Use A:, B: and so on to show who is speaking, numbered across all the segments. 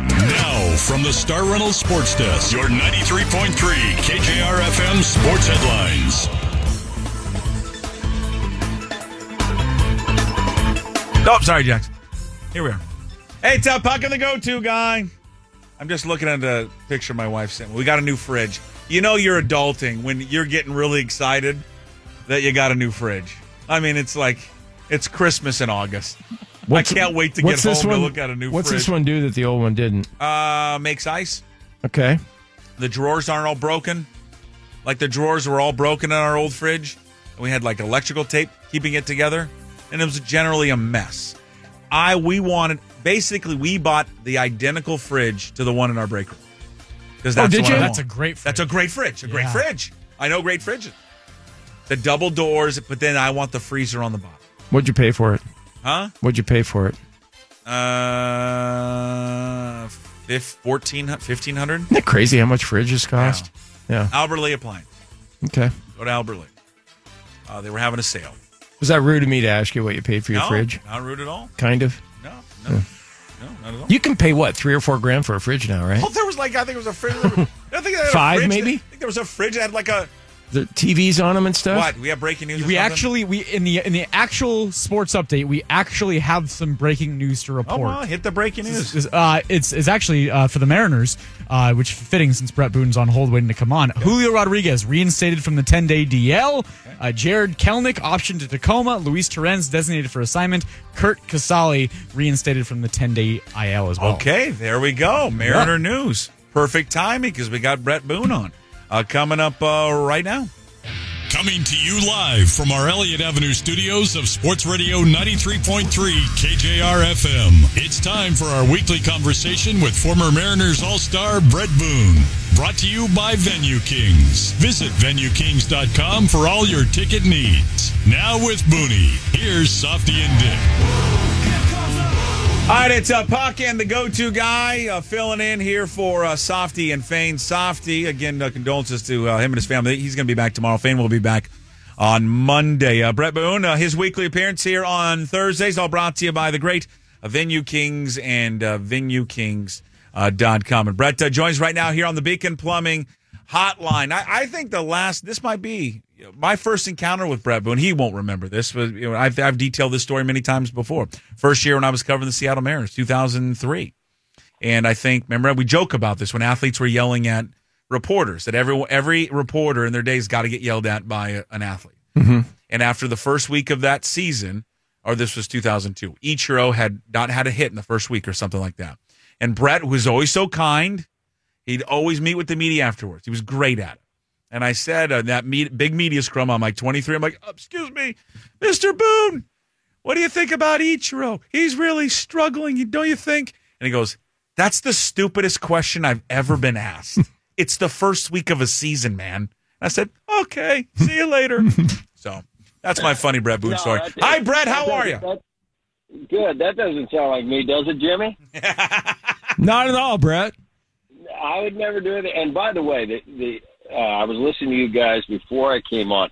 A: Now, from the Star Reynolds Sports Desk, your 93.3 KJR FM sports headlines.
B: No, I'm Oh, sorry, Jax. Here we are. Hey, it's uh, Puck and the go-to guy. I'm just looking at a picture my wife sent me. We got a new fridge. You know you're adulting when you're getting really excited that you got a new fridge. I mean, it's like it's Christmas in August. I can't wait to get
C: what's
B: home
C: this one,
B: to look at a new
C: What's
B: fridge.
C: this one do that the old one didn't?
B: Uh, makes ice.
C: Okay.
B: The drawers aren't all broken. Like the drawers were all broken in our old fridge. And we had like electrical tape keeping it together. And it was generally a mess. I we wanted basically we bought the identical fridge to the one in our break room. Because that's
C: did
B: what
C: you?
B: I
C: That's
B: want.
D: a great
B: That's a great fridge. A great
D: Yeah.
B: fridge. I know great fridges. The double doors, but then I want the freezer on the bottom.
C: What'd you pay for it?
B: Huh?
C: What'd you pay for it?
B: Uh, fif- 14, 1500?
C: Isn't that crazy how much fridges cost? Yeah.
B: Albert Lee appliance.
C: Okay.
B: Go to Albert Lee. Uh, they were having a sale.
C: Was that rude of me to ask you what you paid for your
B: no,
C: fridge?
B: Not rude at all.
C: Kind of.
B: No, no, no, not at all.
C: You can pay what three or four grand for a fridge now, right?
B: Oh, there was like I think it was a fridge. I think they had a
C: Five,
B: fridge
C: maybe?
B: That, I think there was a fridge that had like a
C: The TVs on them and stuff.
B: what? We have breaking news. or
D: We
B: something?
D: actually we in the in the actual sports update, we actually have some breaking news to
B: Oh
D: report.
B: well, hit the breaking
D: This
B: news.
D: is, uh, it's, it's actually uh, for the Mariners, uh, which fitting since Brett Boone's on hold waiting to come on. Julio Rodriguez reinstated from the 10 day DL. Uh, Jared Kelnick optioned to Tacoma. Luis Torrens designated for assignment. Kurt Casale reinstated from the 10 day IL as well.
B: Okay, there we go. Mariner news. Perfect timing because we got Brett Boone on uh, coming up uh, right now.
A: Coming to you live from our Elliott Avenue studios of Sports Radio 93.3 KJR FM. It's time for our weekly conversation with former Mariners All Star Brett Boone. Brought to you by Venue Kings. Visit venuekings.com for all your ticket needs. Now with Booney, here's Softy and Dick.
B: All right, it's uh, Puck and the go-to guy uh, filling in here for uh, Softy and Fane. Softy, again, uh, condolences to uh, him and his family. He's going to be back tomorrow. Fane will be back on Monday. Uh, Brett Boone, uh, his weekly appearance here on Thursdays, all brought to you by the great uh, Venue Kings and uh, VenueKings.com. And Brett uh, joins right now here on the Beacon Plumbing Hotline. I, I think the last, this might be my first encounter with Brett Boone, he won't remember this. But you know, I've, I've detailed this story many times before. First year when I was covering the Seattle Mariners, 2003. And I think, remember, we joke about this when athletes were yelling at reporters that every, every reporter in their days got to get yelled at by a- an athlete. And after the first week of that season, or this was 2002, Ichiro had not had a hit in the first week or something like that. And Brett was always so kind. He'd always meet with the media afterwards. He was great at it. And I said on that meet, big media scrum on like 23, I'm like, "Oh, excuse me, Mr. Boone, what do you think about Ichiro? He's really struggling, you- don't you think? And he goes, that's the stupidest question I've ever been asked. it's the first week of a season, man. I said, okay, see you later. so that's my funny Brett Boone
E: No,
B: story.
E: that's-
B: Hi, Brett, how
E: that
B: are you?
E: doesn't- that- good. That doesn't sound like me, does it, Jimmy?
C: Not at all, Brett.
E: I would never do it. And by the way, the, the uh, I was listening to you guys before I came on.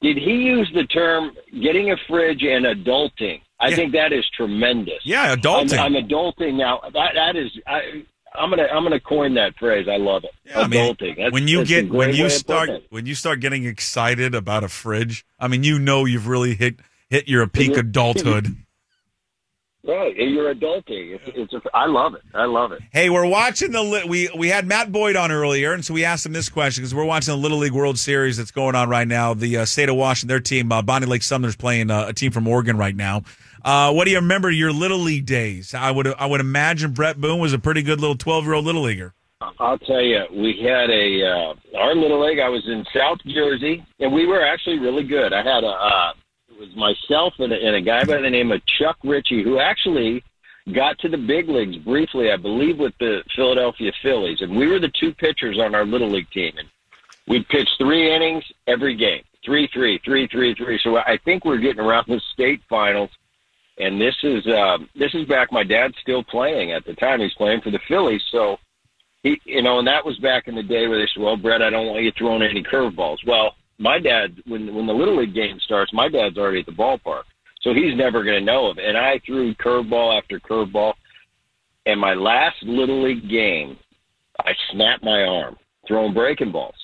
E: Did he use the term getting a fridge and adulting? I
B: Yeah.
E: think that is tremendous.
B: Yeah, adulting.
E: I'm, I'm adulting now. That, that is. I, I'm gonna I'm gonna coin that phrase. I love it.
B: Yeah, I mean,
E: adulting. That's-
B: when you
E: that's a
B: get when
E: great way
B: you
E: of
B: start
E: putting it.
B: when you start getting excited about a fridge, I mean, you know you've really hit hit your peak
E: Yeah.
B: adulthood.
E: Right, you're adulting. It's, it's a, I love it. I love it.
B: Hey, we're watching the li- we we had Matt Boyd on earlier, and so we asked him this question because we're watching the Little League World Series that's going on right now. The uh, state of Washington, their team, uh, Bonnie Lake Sumner's playing uh, a team from Oregon right now. Uh, what do you remember your Little League days? I would I would imagine Brett Boone was a pretty good little twelve year old Little Leaguer.
E: I'll tell you, we had a uh, our little league. I was in South Jersey, and we were actually really good. I had a uh, it was myself and a, and a guy by the name of Chuck Ritchie, who actually got to the big leagues briefly, I believe, with the Philadelphia Phillies, and we were the two pitchers on our little league team, and we pitched three innings every game, three, three, three, three, three. So I think we're getting around the state finals, and this is um, this is back. My dad's still playing at the time. He's playing for the Phillies, so he, you know, and that was back in the day where they said, "Well, Brett, I don't want you throwing any curveballs." Well, my dad, when when the little league game starts, my dad's already at the ballpark, so he's never going to know of. it. And I threw curveball after curveball, and my last little league game, I snapped my arm throwing breaking balls,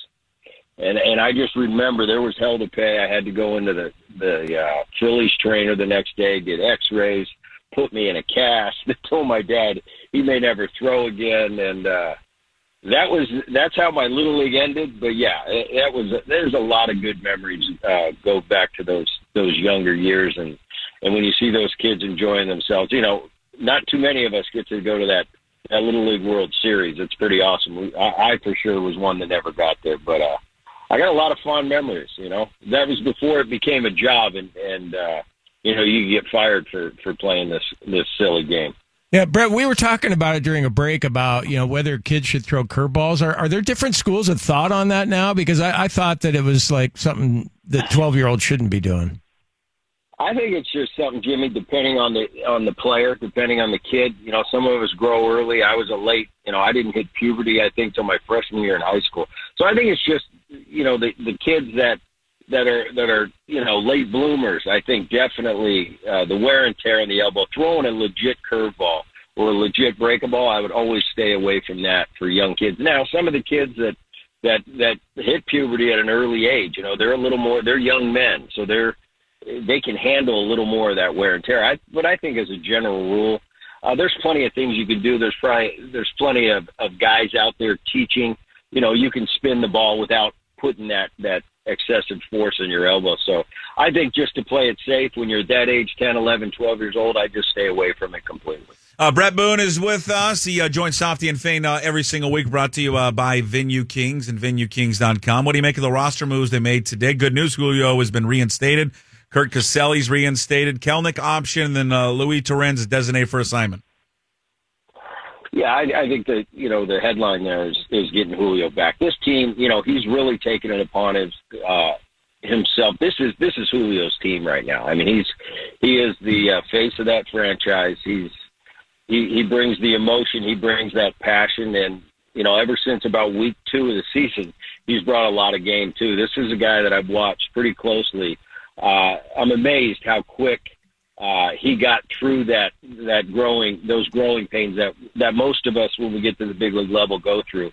E: and and I just remember there was hell to pay. I had to go into the the uh, Phillies trainer the next day, did X-rays, put me in a cast. Told my dad he may never throw again, and. uh that was that's how my little league ended. But yeah, it, that was there's a lot of good memories uh, go back to those those younger years, and and when you see those kids enjoying themselves, you know, not too many of us get to go to that that little league World Series. It's pretty awesome. We, I, I for sure was one that never got there, but uh, I got a lot of fond memories. You know, that was before it became a job, and and uh, you know you get fired for for playing this this silly game.
C: Yeah, Brett, we were talking about it during a break about you know whether kids should throw curveballs. Are are there different schools of thought on that now? Because I, I thought that it was like something that twelve year olds shouldn't be doing.
E: I think it's just something, Jimmy. Depending on the on the player, depending on the kid. You know, some of us grow early. I was a late. You know, I didn't hit puberty. I think till my freshman year in high school. So I think it's just you know the the kids that that are that are you know late bloomers. I think definitely uh, the wear and tear on the elbow, throwing a legit curveball or a legit breakable. I would always stay away from that for young kids. Now, some of the kids that that that hit puberty at an early age, you know, they're a little more. They're young men, so they're they can handle a little more of that wear and tear. I, but I think as a general rule, uh, there's plenty of things you can do. There's probably there's plenty of of guys out there teaching. You know, you can spin the ball without putting that that excessive force on your elbow. So I think just to play it safe when you're that age, 10, 11, 12 years old, I just stay away from it completely.
B: Uh, Brett Boone is with us. He uh, joins Softy and Fane uh, every single week, brought to you uh, by Venue Kings and VenueKings.com. What do you make of the roster moves they made today? Good news, Julio has been reinstated. Kurt Caselli's reinstated. Kelnick option, and then uh, Louis Torrens is designated for assignment.
E: Yeah, I, I think that you know the headline there is is getting Julio back. This team, you know, he's really taken it upon his uh, himself. This is this is Julio's team right now. I mean, he's he is the uh, face of that franchise. He's he he brings the emotion, he brings that passion, and you know, ever since about week two of the season, he's brought a lot of game too. This is a guy that I've watched pretty closely. Uh, I'm amazed how quick uh, he got through that that growing those growing pains that that most of us when we get to the big league level go through.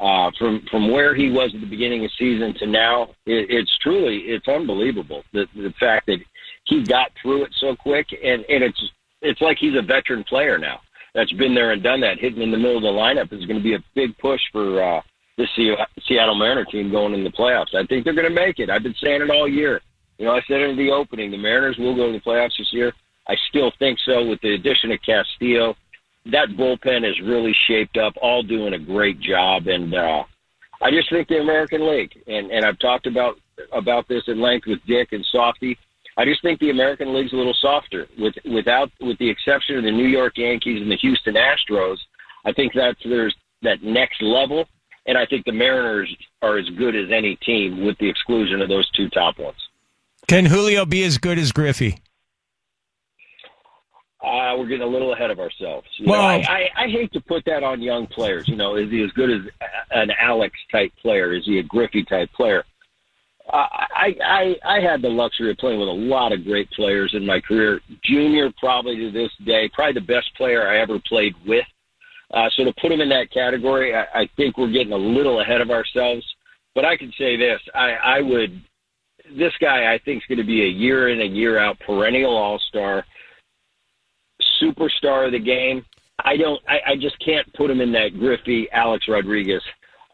E: Uh, from from where he was at the beginning of season to now, it, it's truly it's unbelievable the the fact that he got through it so quick and and it's it's like he's a veteran player now that's been there and done that. Hitting in the middle of the lineup is going to be a big push for uh, the Seattle Mariner team going in the playoffs. I think they're going to make it. I've been saying it all year. You know, I said in the opening, the Mariners will go to the playoffs this year. I still think so with the addition of Castillo. That bullpen is really shaped up, all doing a great job, and uh, I just think the American League, and, and I've talked about about this at length with Dick and Softy. I just think the American League's a little softer, with without with the exception of the New York Yankees and the Houston Astros. I think that's there's that next level, and I think the Mariners are as good as any team, with the exclusion of those two top ones.
C: Can Julio be as good as Griffey?
E: Uh, we're getting a little ahead of ourselves. You well, know, I, I, I hate to put that on young players. You know, is he as good as an Alex type player? Is he a Griffey type player? Uh, I, I I had the luxury of playing with a lot of great players in my career. Junior, probably to this day, probably the best player I ever played with. Uh, so to put him in that category, I, I think we're getting a little ahead of ourselves. But I can say this: I, I would this guy I think is going to be a year in and year out perennial all star, superstar of the game. I don't. I, I just can't put him in that Griffey Alex Rodriguez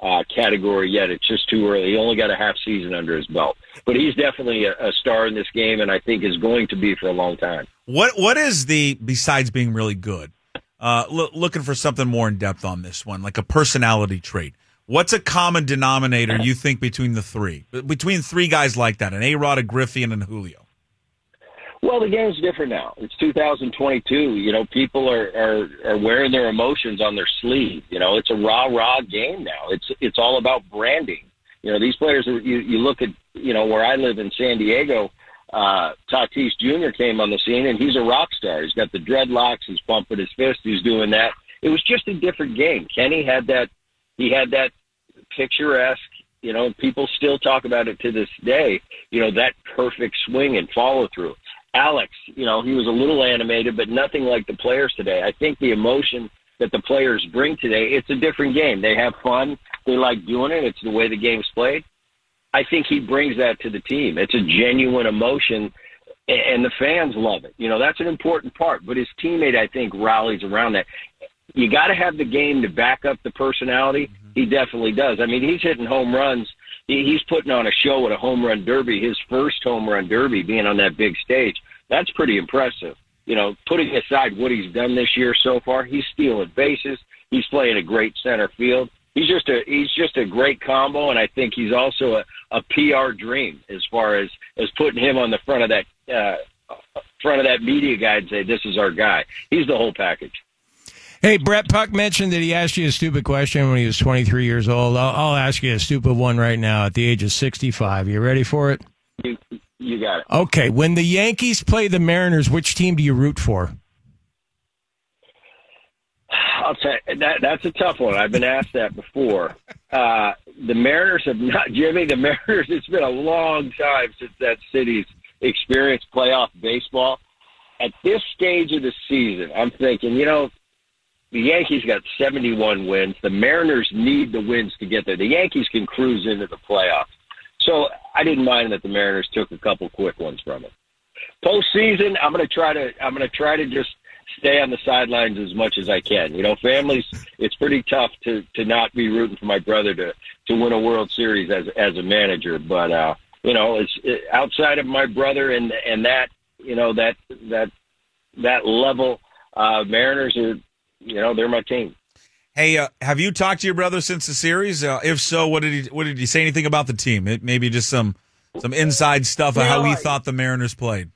E: uh, category yet. It's just too early. He only got a half season under his belt, but he's definitely a, a star in this game, and I think is going to be for a long time.
B: What What is the besides being really good? Uh, lo- looking for something more in depth on this one, like a personality trait. What's a common denominator you think between the three, between three guys like that, an A Rod, a Griffey, and a Julio?
E: Well, the game's different now. It's 2022. You know, people are, are, are wearing their emotions on their sleeve. You know, it's a rah rah game now. It's it's all about branding. You know, these players. Are, you you look at you know where I live in San Diego. Uh, Tatis Jr. came on the scene, and he's a rock star. He's got the dreadlocks. He's pumping his fist. He's doing that. It was just a different game. Kenny had that. He had that picturesque. You know, people still talk about it to this day. You know, that perfect swing and follow through. Alex, you know, he was a little animated, but nothing like the players today. I think the emotion that the players bring today, it's a different game. They have fun. They like doing it. It's the way the game's played. I think he brings that to the team. It's a genuine emotion, a- and the fans love it. You know, that's an important part. But his teammate, I think, rallies around that. You got to have the game to back up the personality. He definitely does. I mean, he's hitting home runs. He- He's putting on a show at a home run derby, his first home run derby being on that big stage. That's pretty impressive. You know, putting aside what he's done this year so far, he's stealing bases. He's playing a great center field he's just a he's just a great combo, and I think he's also a, a PR dream as far as as putting him on the front of that uh, front of that media guide and say this is our guy. He's the whole package.
C: Hey, Brett Puck mentioned that he asked you a stupid question when he was 23 years old. I'll, I'll ask you a stupid one right now at the age of 65. You ready for it?
E: You you got it.
C: Okay. When the Yankees play the Mariners, which team do you root for?
E: I'll tell you, that that's a tough one. I've been asked that before. Uh, the Mariners have not, Jimmy. The Mariners. It's been a long time since that city's experienced playoff baseball. At this stage of the season, I'm thinking, you know, the Yankees got 71 wins. The Mariners need the wins to get there. The Yankees can cruise into the playoffs. So I didn't mind that the Mariners took a couple quick ones from it. Postseason, I'm going to try to I'm going to try to just stay on the sidelines as much as I can. You know, families, it's pretty tough to to not be rooting for my brother to to win a World Series as as a manager. But uh, you know, it's it, outside of my brother and and that you know that that that level, uh, Mariners are you know they're my team.
B: Hey, uh, have you talked to your brother since the series? Uh, if so, what did he what did he say anything about the team? It, maybe just some some inside stuff of
E: Well,
B: how he
E: I-
B: thought the Mariners played.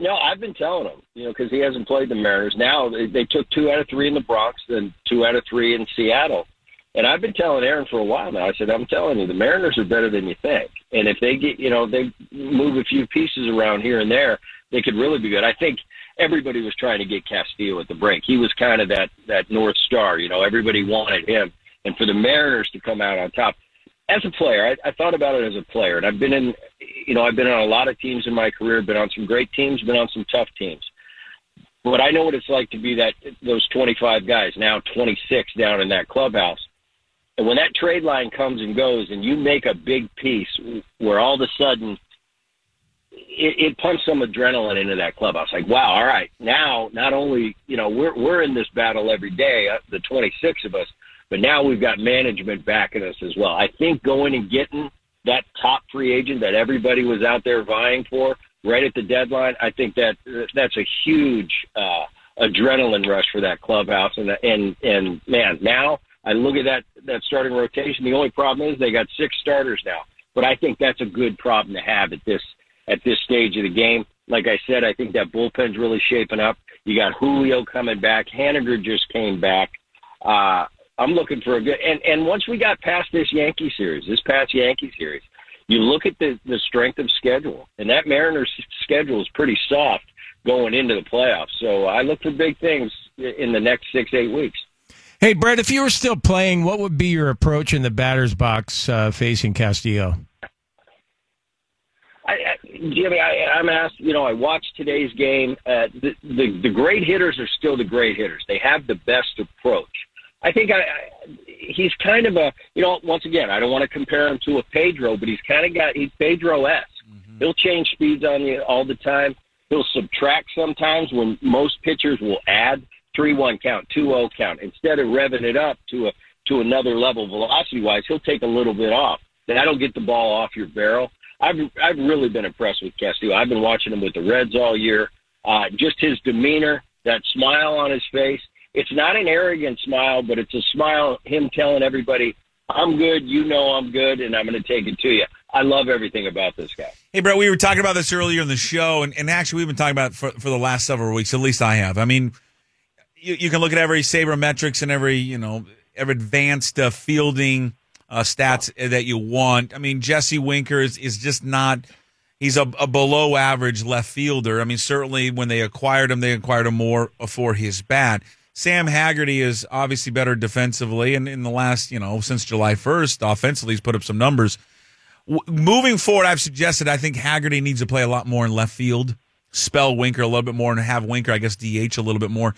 E: No, I've been telling him, you know, because he hasn't played the Mariners. Now they, they took two out of three in the Bronx, then two out of three in Seattle. And I've been telling Aaron for a while now. I said, I'm telling you, the Mariners are better than you think. And if they get, you know, they move a few pieces around here and there, they could really be good. I think everybody was trying to get Castillo at the break. He was kind of that that North Star, you know. Everybody wanted him, and for the Mariners to come out on top as a player, I, I thought about it as a player, and I've been in, you know, I've been on a lot of teams in my career, been on some great teams, been on some tough teams. But I know what it's like to be that those 25 guys now 26 down in that clubhouse, and when that trade line comes and goes, and you make a big piece, where all of a sudden it, it pumps some adrenaline into that clubhouse. Like, wow, all right, now not only you know we're we're in this battle every day, uh, the 26 of us, but now we've got management backing us as well. I think going and getting that top free agent that everybody was out there vying for right at the deadline, I think that uh, that's a huge uh, adrenaline rush for that clubhouse. And and and man, now I look at that that starting rotation. The only problem is they got six starters now, but I think that's a good problem to have at this at this stage of the game. Like I said, I think that bullpen's really shaping up. You got Julio coming back. Haniger just came back. Uh, I'm looking for a good. And and once we got past this Yankee series, this past Yankee series, you look at the the strength of schedule, and that Mariners schedule is pretty soft going into the playoffs. So I look for big things in the next six eight weeks.
C: Hey, Brett, if you were still playing, what would be your approach in the batter's box uh, facing Castillo?
E: I, I, Jimmy, I, I'm asked. You know, I watched today's game. Uh, the, the the great hitters are still the great hitters. They have the best approach. I think I, I he's kind of a you know. Once again, I don't want to compare him to a Pedro, but he's kind of got he's Pedro esque. He'll change speeds on you all the time. He'll subtract sometimes when most pitchers will add three one count, two oh count. Instead of revving it up to a to another level velocity wise, he'll take a little bit off. That'll get the ball off your barrel. I've I've really been impressed with Castillo. I've been watching him with the Reds all year. Uh, just his demeanor, that smile on his face. It's not an arrogant smile, but it's a smile him telling everybody, I'm good. You know I'm good, and I'm going to take it to you. I love everything about this guy.
B: Hey, Brett, we were talking about this earlier in the show, and, and actually, we've been talking about it for, for the last several weeks. At least I have. I mean, you, you can look at every sabermetrics and every you know every advanced uh, fielding uh, stats that you want. I mean, Jesse Winker is, is just not. He's a, a below average left fielder. I mean, certainly when they acquired him, they acquired him more for his bat. Sam Haggerty is obviously better defensively, and in the last, you know, since July 1st, offensively, he's put up some numbers w- moving forward, I've suggested I think Haggerty needs to play a lot more in left field, spell Winker a little bit more, and have Winker, I guess, DH a little bit more.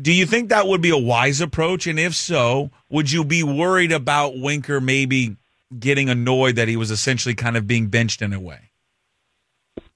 B: Do you think that would be a wise approach? And if so, would you be worried about Winker maybe getting annoyed that he was essentially kind of being benched in a way?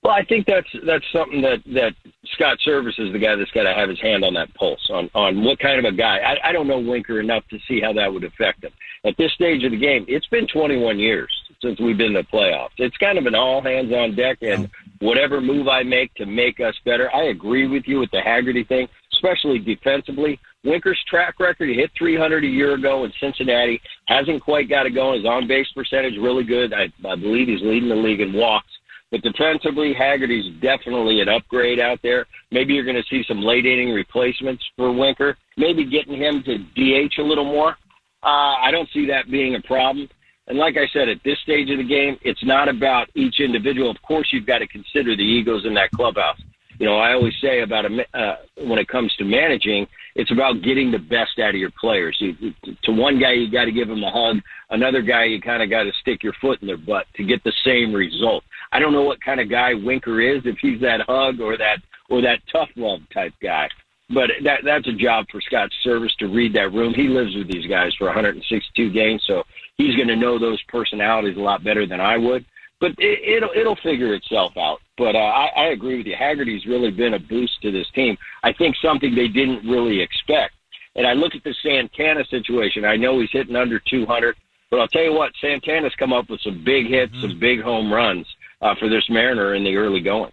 E: Well, I think that's that's something that that Scott Service is the guy that's got to have his hand on that pulse on on what kind of a guy. I, I don't know Winker enough to see how that would affect him at this stage of the game. It's been 21 years since we've been to the playoffs. It's kind of an all hands on deck, and whatever move I make to make us better. I agree with you with the Haggerty thing, especially defensively. Winker's track record he hit 300 a year ago in Cincinnati hasn't quite got it going. His on base percentage really good. I, I believe he's leading the league in walks. But defensively, Haggerty's definitely an upgrade out there. Maybe you're going to see some late inning replacements for Winker. Maybe getting him to DH a little more. Uh, I don't see that being a problem. And like I said, at this stage of the game, it's not about each individual. Of course, you've got to consider the egos in that clubhouse. You know, I always say about a, ma- uh, when it comes to managing, it's about getting the best out of your players. You, you- to one guy, you got to give him a hug. Another guy, you kind of got to stick your foot in their butt to get the same result. I don't know what kind of guy Winker is, if he's that hug or that or that tough love type guy. But that that's a job for Scott Service to read that room. He lives with these guys for 162 games, so he's going to know those personalities a lot better than I would. But it, it'll it'll figure itself out. But uh, I, I agree with you. Haggerty's really been a boost to this team. I think something they didn't really expect. And I look at the Santana situation. I know he's hitting under 200, but I'll tell you what, Santana's come up with some big hits, some big home runs uh, for this Mariner in the early going.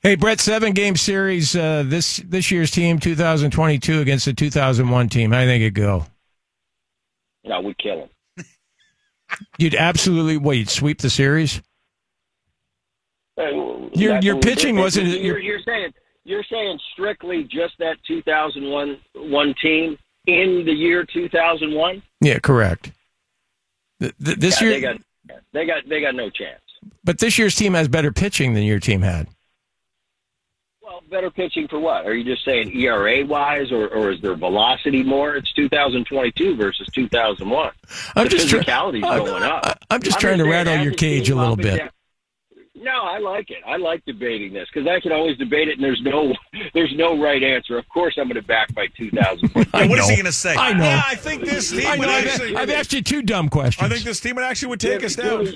C: Hey, Brett, seven game series uh, this this year's team, 2022 against the 2001 team. How do you think it go?
E: No, we kill him.
C: You'd absolutely what? You'd sweep the series? Your- your pitching wasn't-
E: You're, you're saying you're saying strictly just that 2001 one team in the year 2001.
C: Yeah, correct. Th- th- this
E: Yeah,
C: year,
E: they got they got they got no chance.
C: but this year's team has better pitching than your team had.
E: Well, better pitching for what? Are you just saying ERA wise, or, or is there velocity more? It's 2022 versus 2001.
C: I'm
E: the
C: just try-
E: physicality's
C: I'm-
E: going up.
C: I- I'm just trying to
E: saying
C: rattle
E: as
C: your
E: a
C: cage
E: team
C: a little
E: up and
C: bit.
E: down- No, I like it. I like debating this because I can always debate it, and there's no there's no right answer. Of course, I'm going to back my 2001.
B: Yeah, what is
C: know.
B: he going to say?
C: I know.
B: Yeah, I think this team
C: I
B: would
C: have
B: actually.
C: asked you two dumb questions.
B: I think this team would actually would take
E: Yeah,
B: us down.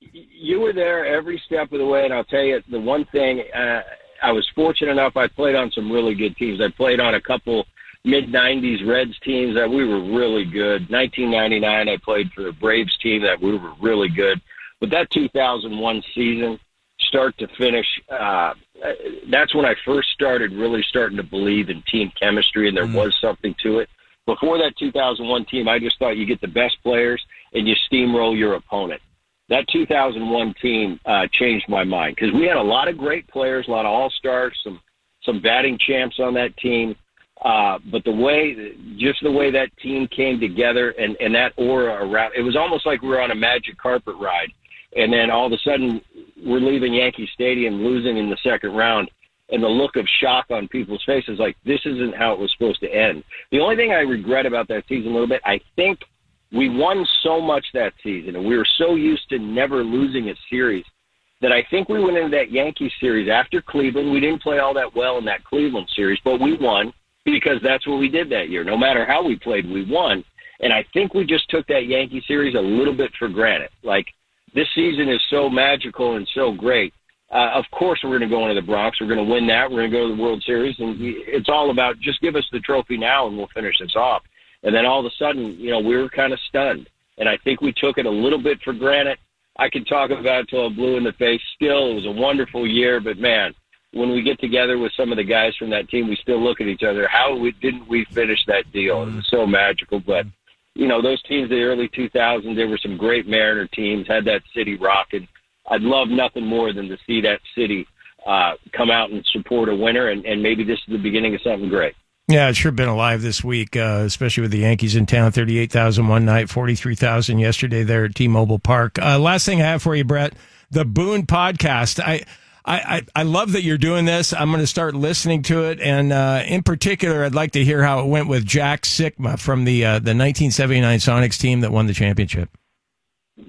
E: You, you were there every step of the way, and I'll tell you the one thing. Uh, I was fortunate enough. I played on some really good teams. I played on a couple mid '90s Reds teams that we were really good. 1999, I played for a Braves team that we were really good. But that 2001 season, start to finish, uh, that's when I first started really starting to believe in team chemistry, and there was something to it. Before that 2001 team, I just thought you get the best players and you steamroll your opponent. That 2001 team uh, changed my mind because we had a lot of great players, a lot of all stars, some some batting champs on that team. Uh, but the way, just the way that team came together and, and that aura around, it was almost like we were on a magic carpet ride. And then all of a sudden, we're leaving Yankee Stadium losing in the second round. And the look of shock on people's faces, like, this isn't how it was supposed to end. The only thing I regret about that season a little bit, I think we won so much that season, and we were so used to never losing a series that I think we went into that Yankees series after Cleveland. We didn't play all that well in that Cleveland series, but we won because that's what we did that year. No matter how we played, we won. And I think we just took that Yankee series a little bit for granted. Like, this season is so magical and so great. Uh, of course, we're going to go into the Bronx. We're going to win that. We're going to go to the World Series. And we- it's all about just give us the trophy now and we'll finish this off. And then all of a sudden, you know, we were kind of stunned. And I think we took it a little bit for granted. I could talk about it till I'm blue in the face. Still, it was a wonderful year, but man, when we get together with some of the guys from that team, we still look at each other. How we, didn't we finish that deal? It was so magical, but you know, those teams in the early 2000s, there were some great Mariner teams, had that city rocking. I'd love nothing more than to see that city uh, come out and support a winner, and, and maybe this is the beginning of something great.
C: Yeah, it's sure been alive this week, uh, especially with the Yankees in town. 38,000 one night, 43,000 yesterday there at T Mobile Park. Uh, last thing I have for you, Brett, the Boone podcast. I. I, I, I love that you're doing this. I'm going to start listening to it, and uh, in particular, I'd like to hear how it went with Jack Sikma from the uh, the 1979 Sonics team that won the championship.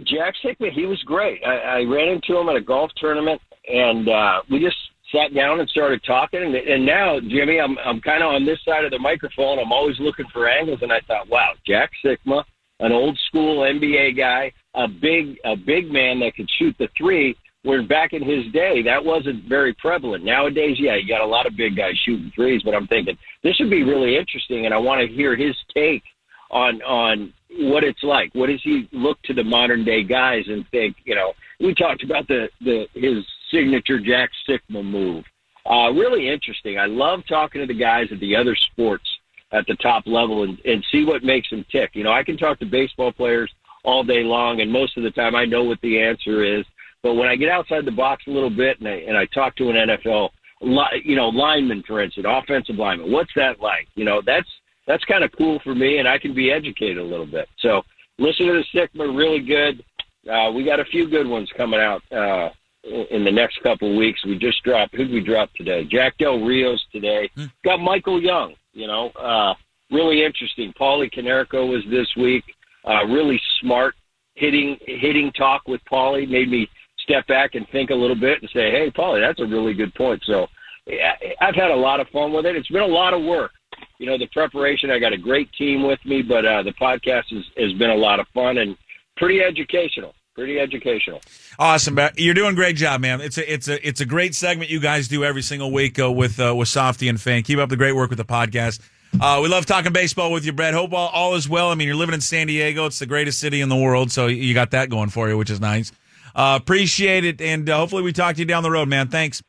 E: Jack Hickman, he was great. I, I ran into him at a golf tournament, and uh, we just sat down and started talking. And, and now, Jimmy, I'm I'm kind of on this side of the microphone. I'm always looking for angles, and I thought, wow, Jack Sikma, an old school NBA guy, a big a big man that could shoot the three. Where back in his day, that wasn't very prevalent. Nowadays, yeah, you got a lot of big guys shooting threes, but I'm thinking this would be really interesting, and I want to hear his take on on what it's like. What does he look to the modern day guys and think? You know, we talked about the the his signature Jack Sikma move. Uh, really interesting. I love talking to the guys at the other sports at the top level and, and see what makes them tick. You know, I can talk to baseball players all day long, and most of the time I know what the answer is. But when I get outside the box a little bit and I, and I talk to an NFL, li- you know, lineman, for instance, offensive lineman, what's that like? You know, that's that's kind of cool for me, and I can be educated a little bit. So listen to the Sigma, really good. Uh, we got a few good ones coming out uh, in the next couple of weeks. We just dropped who'd we drop today? Jack Del Rios today. Got Michael Young. You know, uh, really interesting. Paulie Canerico was this week. Uh, really smart hitting hitting talk with Paulie made me step back and think a little bit and say, "Hey, Paulie, that's a really good point." So yeah, I've had a lot of fun with it. It's been a lot of work you know the preparation i got a great team with me but uh, the podcast has, has been a lot of fun and pretty educational pretty educational
B: Awesome, Brett. You're doing a great job, man. It's a it's a it's a great segment you guys do every single week uh, with uh, with Softy and Finn. Keep up the great work with the podcast. Uh, we love talking baseball with you, Brett. Hope all, all is well. I mean, you're living in San Diego. It's the greatest city in the world, so you got that going for you, which is nice. Uh, appreciate it, and uh, hopefully we talk to you down the road, man. Thanks.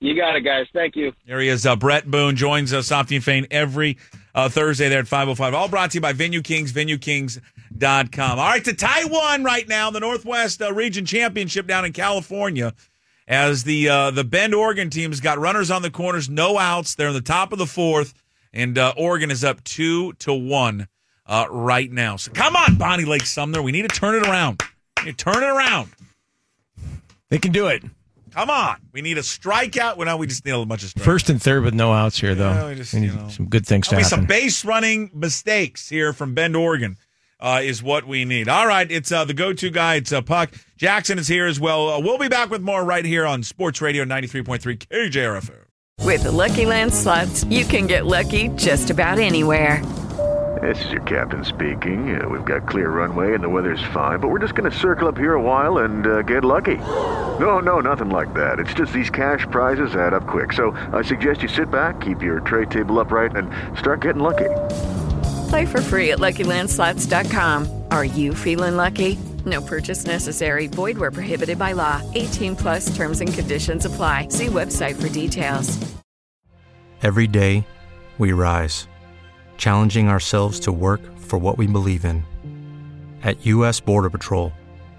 E: you got it guys thank you
B: There he is. Uh, Brett Boone joins us, Softy and Fane, every uh, Thursday there at 505. All brought to you by Venue Kings, venuekings.com. All right, to Taiwan right now, the Northwest uh, Region Championship down in California, as the uh, the Bend, Oregon team's got runners on the corners, no outs. They're in the top of the fourth, and uh, Oregon is up two to one uh, right now. So come on, Bonnie Lake Sumner. We need to turn it around. You turn it around.
C: They can do it.
B: Come on. We need a strikeout. Well, now we just need a bunch of strikeouts.
C: First and third with no outs here, though.
B: Yeah, we just,
C: We need
B: you know,
C: some good things to
B: I mean,
C: happen.
B: some base running mistakes here from Bend, Oregon, uh, is what we need. All right, it's uh, the go-to guy. It's uh, Puck Jackson is here as well. Uh, we'll be back with more right here on Sports Radio 93.3 KJRFO.
F: With the Lucky Land slots, you can get lucky just about anywhere.
G: This is your captain speaking. Uh, we've got clear runway and the weather's fine, but we're just going to circle up here a while and uh, get lucky. No, no, nothing like that. It's just these cash prizes add up quick. So I suggest you sit back, keep your tray table upright, and start getting lucky.
F: Play for free at LuckyLandSlots.com. Are you feeling lucky? No purchase necessary. Void where prohibited by law. 18 plus terms and conditions apply. See website for details.
H: Every day, we rise, challenging ourselves to work for what we believe in. At U.S. Border Patrol,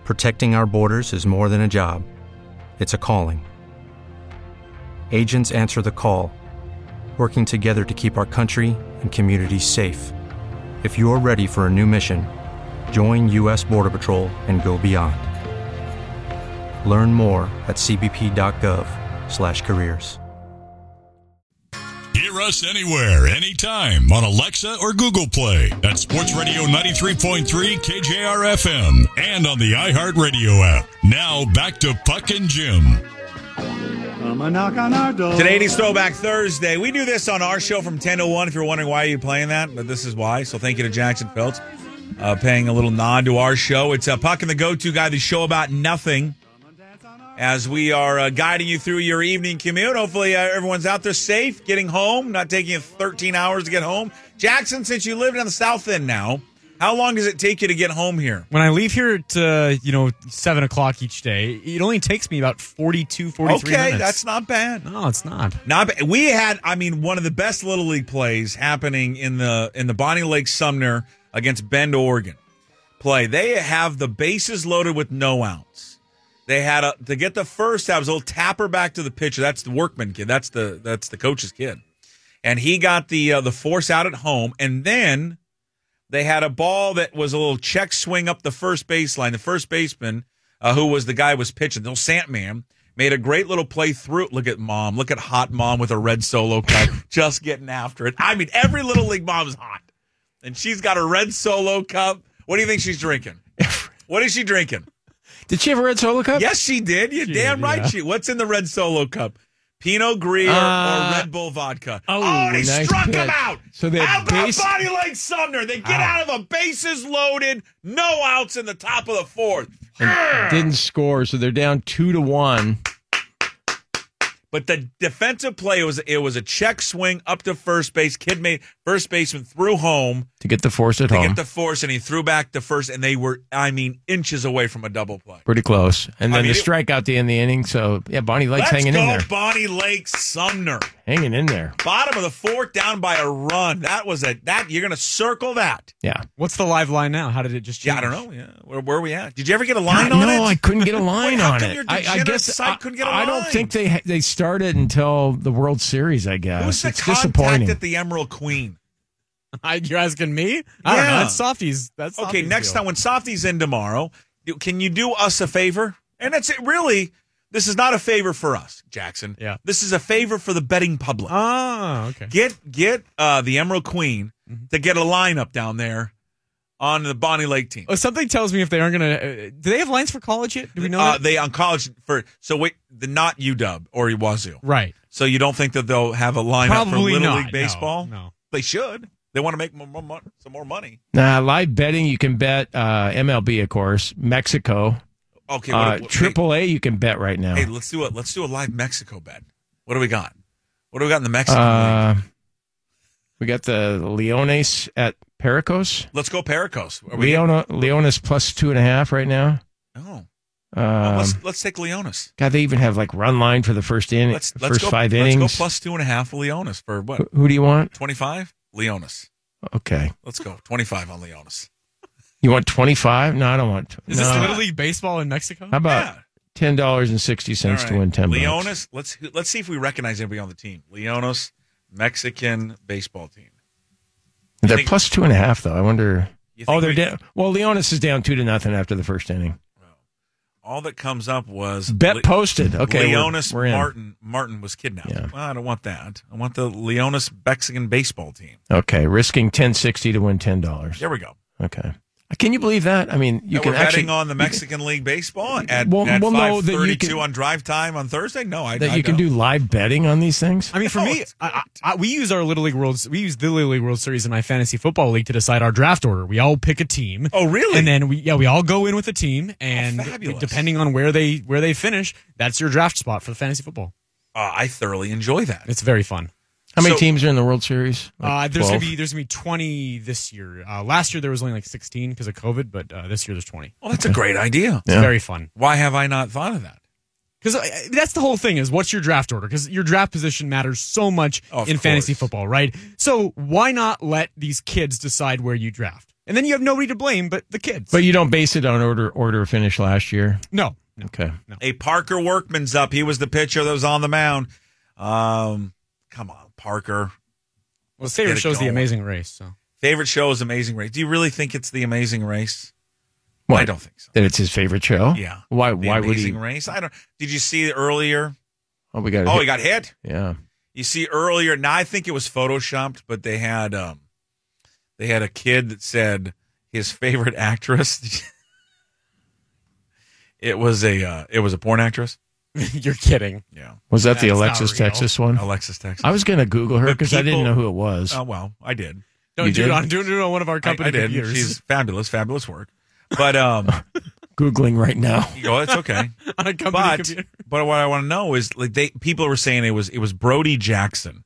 H: protecting our borders is more than a job, it's a calling. Agents answer the call, working together to keep our country and communities safe. If you're ready for a new mission, join U.S. Border Patrol and go beyond. Learn more at cbp.gov/careers.
A: Hear us anywhere, anytime on Alexa or Google Play at Sports Radio 93.3 KJR FM and on the iHeartRadio app. Now back to Puck and Jim.
B: Today, 80s Throwback Thursday. We do this on our show from 10 to 1 if you're wondering why you're playing that, but this is why. So thank you to Jackson Phelps uh, paying a little nod to our show. It's uh, Puck and the Go To Guy, the show about nothing. As we are uh, guiding you through your evening commute, hopefully uh, everyone's out there safe, getting home, not taking you 13 hours to get home. Jackson, since you live in the South End now, how long does it take you to get home here?
D: When I leave here at, uh, you know, 7 o'clock each day, it only takes me about 42, 43
B: Okay,
D: minutes.
B: that's not bad.
D: No, it's not.
B: Not ba- we had, I mean, one of the best little league plays happening in the in the Bonnie Lake Sumner against Bend, Oregon. Play. They have the bases loaded with no outs. They had a, to get the first out was a little tapper back to the pitcher. That's the workman kid. That's the that's the coach's kid, and he got the uh, the force out at home. And then they had a ball that was a little check swing up the first baseline. The first baseman, uh, who was the guy who was pitching, the old Santman, made a great little play through. Look at mom. Look at hot mom with a red solo cup, just getting after it. I mean, every little league mom is hot, and she's got a red solo cup. What do you think she's drinking? What is she drinking?
C: Did she have a red solo cup?
B: Yes, she did. You're damn right. She. What's in the red solo cup? Pinot Gris or,
C: Uh,
B: or Red Bull vodka.
C: oh,
B: Oh, they
C: nice
B: struck him
C: pitch.
B: out.
C: So they have
B: How about
C: base- Ah.
B: Body Lake Sumner? They get out of a bases loaded, no outs in the top of the fourth.
C: Didn't score, so they're down two to one.
B: But the defensive play was it was a check swing up to first base. Kid made first baseman threw home
C: To get the force at
B: to
C: home.
B: get the force, and he threw back to first, and they were I mean inches away from a double play.
C: Pretty close. And
B: I
C: then
B: mean,
C: the
B: it-
C: strikeout to end the inning. So, yeah, Bonnie Lake's
B: Let's
C: hanging
B: go,
C: in there.
B: Bonnie Lake Sumner.
C: Hanging in there.
B: Bottom of the fourth, down by a run. That was a that you're gonna circle that.
C: Yeah.
D: What's the live line now? How did it just change?
B: Yeah, I don't know. Yeah, where, where are we at? Did you ever get a line
C: no,
B: on it?
C: I couldn't get a line
B: Wait, how
C: on
B: come
C: it.
B: your
C: I, I
B: degenerate
C: guess
B: side
C: I,
B: couldn't get a
C: I don't
B: line?
C: think they they started until the World Series. I guess
B: Who's the
C: it's
B: contact
C: disappointing.
B: at the Emerald Queen?
D: I, you're asking me? I don't
B: Yeah.
D: know. That's softies. That's
B: Okay,
D: Softies
B: next
D: deal.
B: time when Softy's in tomorrow, you- can you do us a favor? And that's it. Really, this is not a favor for us, Jackson.
D: Yeah.
B: this is a favor for the betting public.
D: Oh, okay.
B: get get uh, the Emerald Queen to get a lineup down there on the Bonnie Lake team.
D: Oh, something tells me if they aren't gonna. Uh, do they have lines for college yet? Do we know?
B: Uh,
D: that?
B: they on college for so wait the not UW or Wazoo.
D: right.
B: So you don't think that they'll have a lineup for
D: Probably
B: Little
D: not.
B: League baseball?
D: No, no.
B: they should. They want to make more, more, mon- some more money.
C: Nah, live betting you can bet uh, MLB, of course, Mexico,
B: Okay, what,
C: uh,
B: what-
C: Triple A. You can bet right now.
B: Hey, hey, let's do it. Let's do a live Mexico bet. What do we got? What do we got in the Mexican league?
C: Uh, we got the Leones at Pericos.
B: Let's go Pericos. Are we?
C: Leona, Leones plus two and a half right now.
B: Oh,
C: Um,
B: let's let's take Leonis.
C: God, they even have like run line for the first inning,
B: Let's let's
C: first
B: go.
C: 5
B: let's
C: innings.
B: go plus two and a half Leonis for what
C: Who- Who do you want?
B: twenty five Leonis.
C: Okay,
B: Let's go twenty five on Leonis.
C: you want twenty five? No, I don't want.
D: Is
C: no.
D: this little league baseball in Mexico?
C: How about
B: Yeah.
C: ten dollars and sixty cents
B: All
C: to
B: right.
C: win ten? bucks?
B: Leonis. Let's let's see if we recognize anybody on the team. Leonis Mexican baseball team.
C: They're
B: think-
C: plus two and a half, though. I wonder.
B: You think
C: Oh, they're
B: we-
C: down. Well, Leonis is down two to nothing after the first inning.
B: All that comes up was
C: Bet
B: Le-
C: posted. Okay, we're-
B: Leonis
C: we're in.
B: Martin Martin was kidnapped.
C: Yeah.
B: Well, I don't want that. I want the Leonis Mexican baseball team.
C: Okay, risking ten sixty to win ten dollars.
B: There we go.
C: Okay, can you believe that? I mean, you
B: Now
C: can
B: we're
C: actually
B: betting on the Mexican League baseball at,
C: Well,
B: at
C: well, no, that you
B: 5:32
C: can-
B: on drive time on Thursday. No, I
C: that
B: I
C: you can
B: don't.
C: do live betting on these things.
D: I mean, for
B: No,
D: me,
B: it's-
D: I, I, I, we use our Little League World, we use the Little League World Series in my fantasy football league to decide our draft order. We all pick a team.
B: Oh, really? Oh,
D: And then we, yeah, we all go in with a team, and
B: fabulous.
D: depending on where they where they finish, that's your draft spot for the fantasy football.
B: Uh, I thoroughly enjoy that.
D: It's very fun.
C: How many
B: So-
C: teams are in the World Series?
D: Uh,
C: Like
D: there's gonna
C: 12?
D: be there's gonna be 20 this year. Uh, last year there was only like 16 because of COVID, but uh, this year there's 20.
B: Well, that's a great idea.
D: It's
C: Yeah.
D: very fun.
B: Why have I not thought of that?
D: Because that's the whole thing is what's your draft order? Because your draft position matters so much
B: Of
D: in fantasy
B: course.
D: football, right? So why not let these kids decide where you draft? And then you have nobody to blame but the kids.
C: but you don't base it on order order of finish last year.
D: no, no.
C: Okay,
B: A Parker Workman's up. He was the pitcher that was on the mound. Um, come on, Parker.
D: Well, favorite
B: Get it
D: show's The
B: going.
D: Amazing Race. So
B: Favorite show is Amazing Race. Do you really think it's The Amazing Race?
C: What?
B: I don't think so.
C: that it's his favorite show.
B: Yeah.
C: Why?
B: The
C: why would
B: Amazing
C: he?
B: Race? I don't. Did you see earlier?
C: Oh, we got.
B: Oh, he got hit.
C: Yeah.
B: You see earlier, now I think it was photoshopped, but they had um they had a kid that said his favorite actress. it was a uh, it was a porn actress.
D: you're kidding.
B: Yeah,
C: Was that the
D: That's not
C: Alexis
D: real.
C: Texas one?
B: Alexis Texas.
C: I was going to Google her
B: But
C: because I didn't
B: people-
C: know who it was.
B: Oh well, I did.
D: Don't
C: You
D: do
C: did?
D: it on do it on one of our
B: I,
D: company
B: I did.
D: computers.
B: She's fabulous, fabulous work. But um,
C: Googling right now.
B: you go, it's okay.
D: on a company
B: But
D: computer.
B: but what I want to know is like they people were saying it was it was Brody Jackson.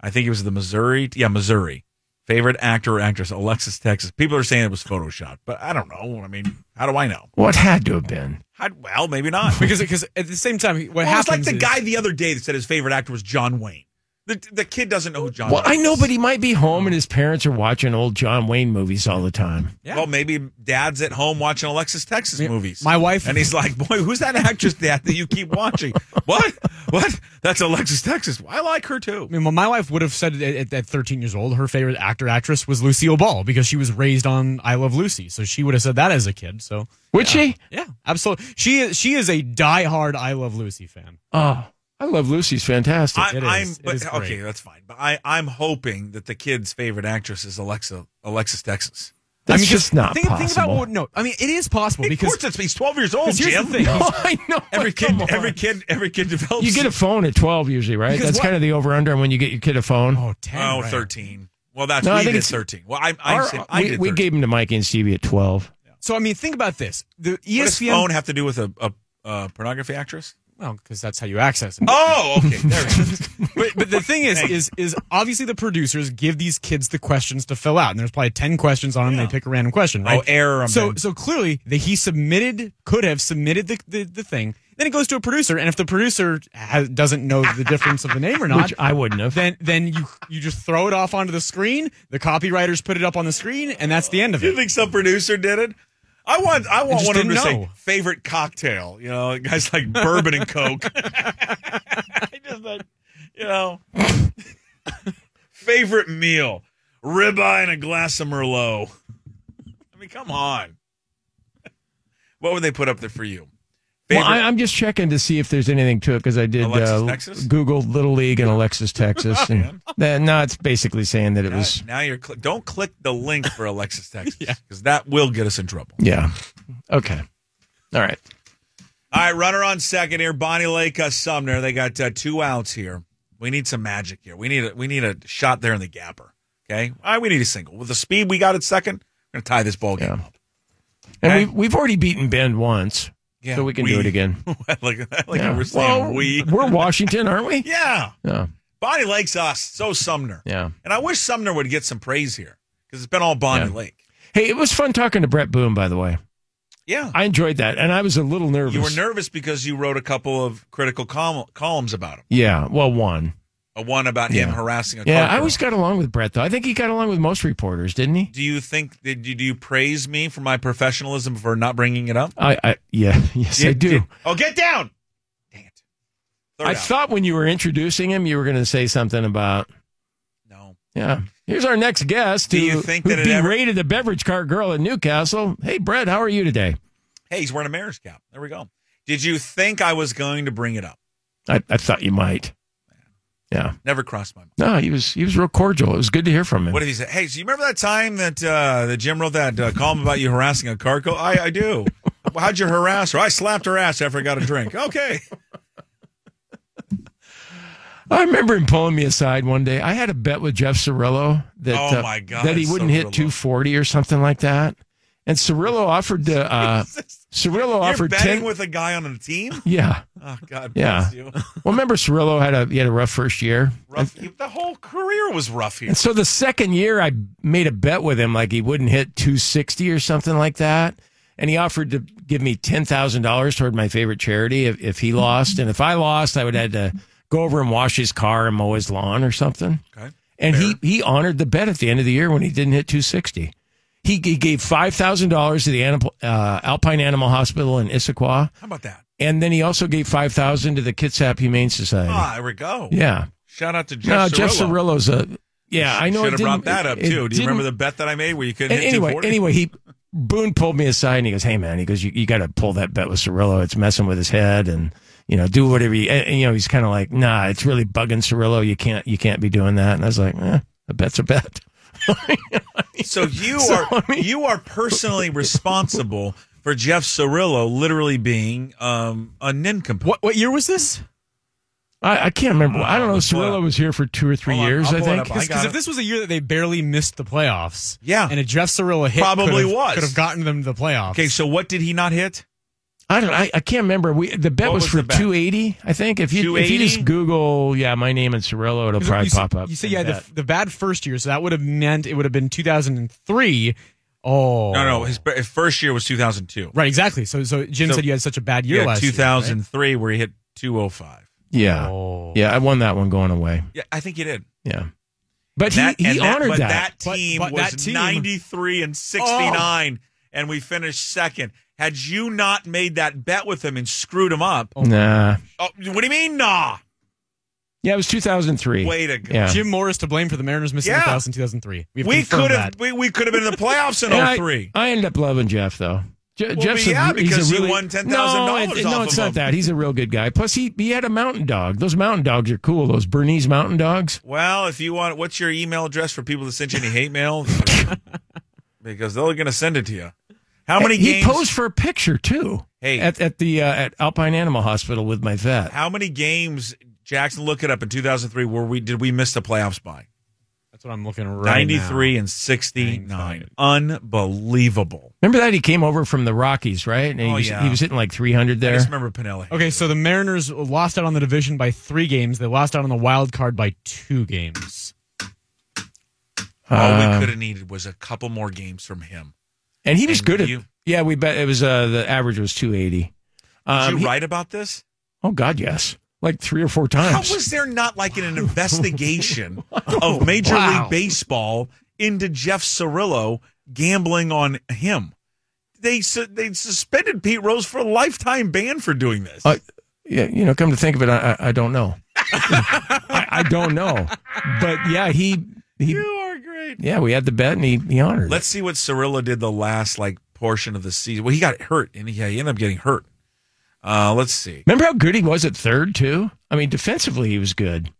B: I think it was the Missouri. Yeah, Missouri. Favorite actor or actress, Alexis Texas. People are saying it was photoshopped, but I don't know. I mean, how do I know?
C: What had to have been?
B: I, well, maybe not.
D: Because because at the same time, what
B: Well, it's like
D: happens
B: the
D: is-
B: guy the other day that said his favorite actor was John Wayne. The, the kid doesn't know who John.
C: Well,
B: Wayne
C: I know,
B: is.
C: but he might be home and his parents are watching old John Wayne movies all the time.
B: Well, maybe dad's at home watching Alexis Texas movies.
D: my wife-
B: and he's like, "Boy, who's that actress, Dad, that you keep watching? what? What? That's Alexis Texas. I like her too."
D: I mean, well, my wife would have said at, at, at 13 years old, her favorite actor actress was Lucille Ball because she was raised on I Love Lucy, so she would have said that as a kid. So
C: Would she?
D: yeah, absolutely. She is she is a diehard I Love Lucy fan.
C: Oh, I love Lucy's fantastic.
B: I,
D: It is.
B: I'm,
D: It
B: but
D: is great.
B: okay, that's fine. But I, I'm hoping that the kid's favorite actress is Alexa, Alexis Texas.
C: That's
D: I mean, 'cause
C: just not
D: think,
C: possible.
D: Think about what no. I mean, it is possible
B: Because
D: because
B: of course, it's, he's 12 years old.
D: 'cause here's
B: Jim.
D: the thing.
C: Oh, I know.
B: Every
C: Come
B: kid,
C: on.
B: every kid, every kid develops.
C: You get a phone at 12 usually, right?
D: Because
C: That's
D: what-
C: kind of the over under when you get your kid a phone.
D: oh, 10,
B: oh,
D: right.
B: 13. Well, that's
C: No,
B: we
C: I think
B: did
C: it's-
B: 13. Well, I, I,
C: Our- uh,
B: said, I
C: we,
B: did
C: we
B: 13.
C: gave him to Mikey and Stevie at 12.
D: So I mean, think about this. The E
B: What does
D: ESPN.
B: phone have to do with a, a, a pornography actress?
D: Well, because that's how you access it.
B: Oh, okay. There it is.
D: but, but the thing is, is, is obviously the producers give these kids the questions to fill out, and there's probably ten questions on them. They pick a random question, right?
B: Oh, error, I'm
D: So,
B: in.
D: so clearly, that he submitted, could have submitted the, the, the thing. Then it goes to a producer, and if the producer has, doesn't know the difference of the name or not,
C: Which I wouldn't have.
D: then then you you just throw it off onto the screen. The copywriters put it up on the screen, and that's the end of
B: you
D: it.
B: think some producer did it? I want, I want
D: just
B: one of them to
D: didn't
B: say
D: know.
B: favorite cocktail. You know, guys like bourbon and coke. I just like, you know, favorite meal, ribeye and a glass of merlot. I mean, come on. What would they put up there for you?
C: Well, I, I'm just checking to see if there's anything to it because I did
B: Alexis,
C: uh,
B: Texas?
C: Google Little League and Alexis Texas, and then no, it's basically saying that it
B: Now,
C: was
B: now you're cli don't click the link for Alexis Texas because that will get us in trouble.
C: yeah. Okay, all right.
B: All right, runner on second here, Bonnie Lake uh, Sumner. They got uh, two outs here. We need some magic here. We need a, we need a shot there in the gapper. Okay, all right, we need a single with the speed we got at second. We're gonna tie this ball game
C: Yeah.
B: up.
C: And
B: Okay.
C: we've we've already beaten Bend once,
B: Yeah,
C: so we can
B: we-
C: do it again.
B: like like
C: Yeah.
B: we're saying
C: Well,
B: we.
C: we're Washington, aren't we?
B: Yeah,
C: Yeah,
B: Bonnie Lake's us. So Sumner.
C: yeah.
B: and I wish Sumner would get some praise here because it's been all Bonnie
C: Yeah.
B: Lake.
C: Hey, it was fun talking to Brett Boone, by the way.
B: Yeah,
C: I enjoyed that, and I was a little nervous.
B: you were nervous because you wrote a couple of critical col- columns about him.
C: Yeah, well, one.
B: A one about him
C: Yeah.
B: harassing a
C: Yeah,
B: car
C: I
B: girl.
C: always got along with Brett, though. I think he got along with most reporters, didn't he?
B: Do you think did you, do you praise me for my professionalism for not bringing it up?
C: I, I yeah, yes, I
B: Did-
C: do.
B: did- oh, get down! Dang it! Third
C: I
B: out.
C: thought when you were introducing him, you were going to say something about
B: no.
C: yeah. Here's our next guest.
B: Hmm. Do
C: who,
B: you think
C: who
B: that it ever-
C: berated the beverage cart girl at Newcastle? Hey, Brett, how are you today?
B: Hey, he's wearing a marriage cap. There we go. Did you think I was going to bring it up?
C: I, I thought you might. Yeah.
B: Never crossed my mind.
C: No, he was he was real cordial. It was good to hear from him.
B: What if he said? Hey, so you remember that time that uh, that Jim wrote that uh, column about you harassing a car girl? I I do. Well, How'd you harass her? I slapped her ass after I got a drink. Okay.
C: I remember him pulling me aside one day. I had a bet with Jeff Cirillo that
B: Oh,
C: uh,
B: my God,
C: that he wouldn't hit
B: Cirillo.
C: 240 or something like that. And Cirillo offered to uh, Cirillo
B: You're
C: offered
B: betting
C: 10
B: with a guy on a team.
C: Yeah.
B: Oh God
C: Yeah.
B: bless you.
C: Well, remember Cirillo had a he had a rough first year.
B: Rough. The whole career was rough here.
C: And so the second year, I made a bet with him, like he wouldn't hit 260 or something like that. And he offered to give me $10,000 toward my favorite charity if, if he lost. And if I lost, I would have to go over and wash his car and mow his lawn or something.
B: Okay.
C: And he, he honored the bet at the end of the year when he didn't hit 260. He, he gave $5,000 to the animal, uh, Alpine Animal Hospital in Issaquah.
B: How about that?
C: And then he also gave 5000 to the Kitsap Humane Society.
B: Ah, there we go.
C: Yeah.
B: Shout out to Jeff
C: No,
B: Cirillo.
C: Jeff Cirillo's a. Yeah, I know. it
B: Should have brought
C: didn't-
B: that up
C: it- it
B: too. Do you remember
C: didn't-
B: the bet that I made where you couldn't
C: and
B: hit
C: anyway,
B: 240?
C: anyway, he Boone pulled me aside and he goes, "Hey man, he goes, you, you got to pull that bet with Cirillo. It's messing with his head, and you know, do whatever you. And, and, you know, he's kind of like, nah, it's really bugging Cirillo. You can't, you can't be doing that. And I was like, eh, a bet's a bet.
B: So you
C: So,
B: are
C: I mean-
B: you are personally responsible for Jeff Cirillo literally being um, a nincompoop.
D: What what year was this?
C: I, I can't remember. I don't know.
B: Wow, pull it
C: Cirillo
B: up.
C: was here for two or three
B: Hold on,
C: years,
B: I'll
C: I
B: pull it
C: think.
B: up. I got
D: Because if
B: it.
D: this was a year that they barely missed the playoffs,
B: Yeah.
D: and a Jeff Cirillo hit
B: Probably
D: could have,
B: was.
D: could have gotten them to the playoffs.
B: Okay, so what did he not hit?
C: I don't. I, I can't remember. We the bet
B: What
C: was,
B: was
C: for
B: the bet?
C: two eighty. I think if you if you
B: 280?
C: just Google, yeah, my name and Cirillo, it'll
D: Because
C: probably
D: you
C: pop
D: see,
C: up.
D: You see,
C: and
D: yeah, the,
C: bet.
D: the bad first year, so that would have meant it would have been 2003. Oh,
B: No, no, his, his first year was 2002.
D: right, exactly. So, so Jim
B: So-
D: said you had such a bad year
B: Yeah,
D: last year, right?
B: 2003 where he hit 205.
C: Yeah.
D: Oh.
C: Yeah, I won that one going away.
B: Yeah, I think he did.
C: Yeah. But
B: That-
C: he, he
B: and that-
C: honored
B: but
C: that.
D: But-
B: team
D: but
B: was
D: that team-
B: 93 and 69, and we finished second. Had you not made that bet with him and screwed him up,
C: Nah.
B: oh, what do you mean, nah?
C: Yeah, it was 2003.
B: Way to go.
C: Yeah.
D: Jim Morris to blame for the Mariners missing
B: Yeah.
D: the playoffs in 2003. We've
B: We
D: confirmed
B: could have
D: that.
B: we, we could have been in the playoffs in
C: And I-
B: 03.
C: I, ended up loving Jeff though. Je- Jeff's
B: yeah,
C: a, he's
B: because
C: a
B: he
C: really,
B: won $10,000
C: No, it-
B: off
C: no,
B: of
C: it's
B: him.
C: not that. He's a real good guy. Plus, he he had a mountain dog. Those mountain dogs are cool. Those Bernese mountain dogs.
B: Well, if you want, what's your email address for people to send you any hate mail? because they're going to send it to you. How many
C: he
B: games?
C: posed for a picture too.
B: Hey.
C: at at the uh, at Alpine Animal Hospital with my vet.
B: how many games? Jackson, look it up. In 2003, where we did we miss the playoffs by?
D: That's what I'm looking right now.
B: 93 and 69. Unbelievable.
C: Remember that he came over from the Rockies, right? And he
B: Oh,
C: was,
B: yeah.
C: he was hitting like three hundred
B: I
C: there.
B: just remember Pinelli.
D: Okay, so the Mariners lost out on the division by three games. They lost out on the wild card by two games.
B: All Oh, we
C: Um,
B: could have needed was a couple more games from him.
C: and he was
B: and
C: good at.
B: you-
C: Yeah, we bet it was uh, the average was two eighty.
B: Did
C: Um,
B: you
C: he-
B: write about this?
C: oh God, yes, like three or four times.
B: How was there not like an investigation of Major
C: Wow.
B: League Baseball into Jeff Cirillo gambling on him? They su- they suspended Pete Rose for a lifetime ban for doing this.
C: Uh, yeah, you know, come to think of it, I, I, I don't know. I, I don't know. But yeah, he he.
B: you are great.
C: Yeah, we had the bet, and he he honored. it.
B: Let's see what Cirillo did the last like portion of the season. Well, he got hurt, and yeah, he ended up getting hurt. Uh, let's see.
C: Remember how good he was at third too. I mean, defensively he was good.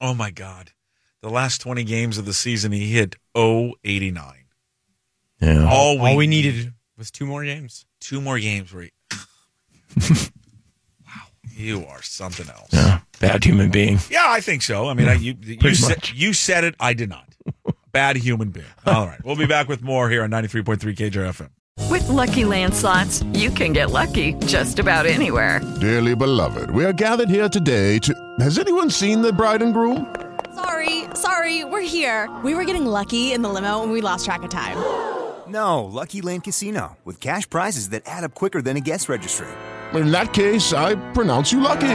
B: Oh my God, the last twenty games of the season, he hit 089.
C: Yeah.
B: All we,
D: All we needed was two more games.
B: two more games where he, wow you are something else
C: Yeah. Bad human being.
B: yeah i think so i mean I, you, you,
C: Pretty
B: said,
C: much.
B: you said it i did not bad human being all right we'll be back with more here on 93.3 kjfm
F: With Lucky Land slots, you can get lucky just about anywhere.
I: Dearly beloved, we are gathered here today to. Has anyone seen the bride and groom?
J: Sorry, sorry, we're here. We were getting lucky in the limo and we lost track of time.
K: No, Lucky Land Casino, with cash prizes that add up quicker than a guest registry.
I: In that case, I pronounce you lucky.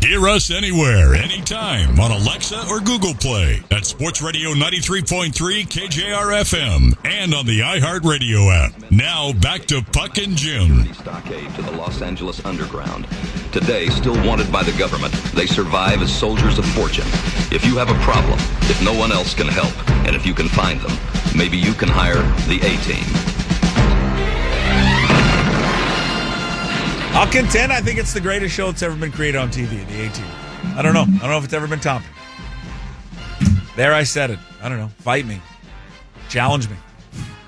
A: Hear us anywhere, anytime on Alexa or Google Play at Sports Radio 93.3 KJR FM and on the iHeartRadio app. Now back to Puck and Jim.
K: Stockade to the Los Angeles Underground. Today, still wanted by the government, they survive as soldiers of fortune. If you have a problem, if no one else can help, and if you can find them, maybe you can hire the A Team.
B: i'll contend i think it's the greatest show that's ever been created on tv the 18 i don't know i don't know if it's ever been topped there i said it i don't know fight me challenge me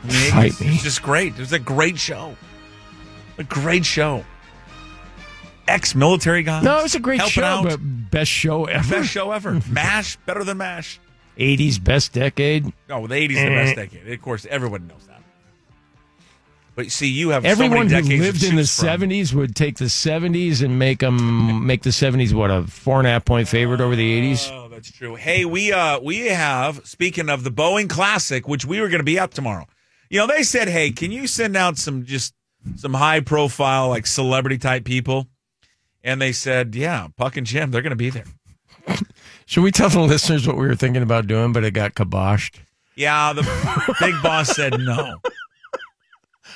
B: I mean, it-
C: Fight me.
B: it's just great it was a great show a great show ex-military guys
C: No, it was a great
B: helping
C: show,
B: out.
C: but best show ever.
B: Best show ever. MASH, better than MASH.
C: Eighties best decade.
B: Oh, the 80s is the best
C: Eh.
B: decade. Of course, everyone knows that. But you see, you have
C: Everyone
B: so many
C: who
B: decades to
C: lived in the
B: choose from.
C: seventies would take the seventies and make them make the seventies what a four and a half point favorite over the eighties.
B: Oh, that's true. Hey, we uh we have speaking of the Boeing Classic, which we were going to be up tomorrow. You know, they said, "Hey, can you send out some just some high profile like celebrity type people?" And they said, "Yeah, Puck and Jim, they're going to be there."
C: Should we tell the listeners what we were thinking about doing, but it got kiboshed?
B: Yeah, the big boss said no.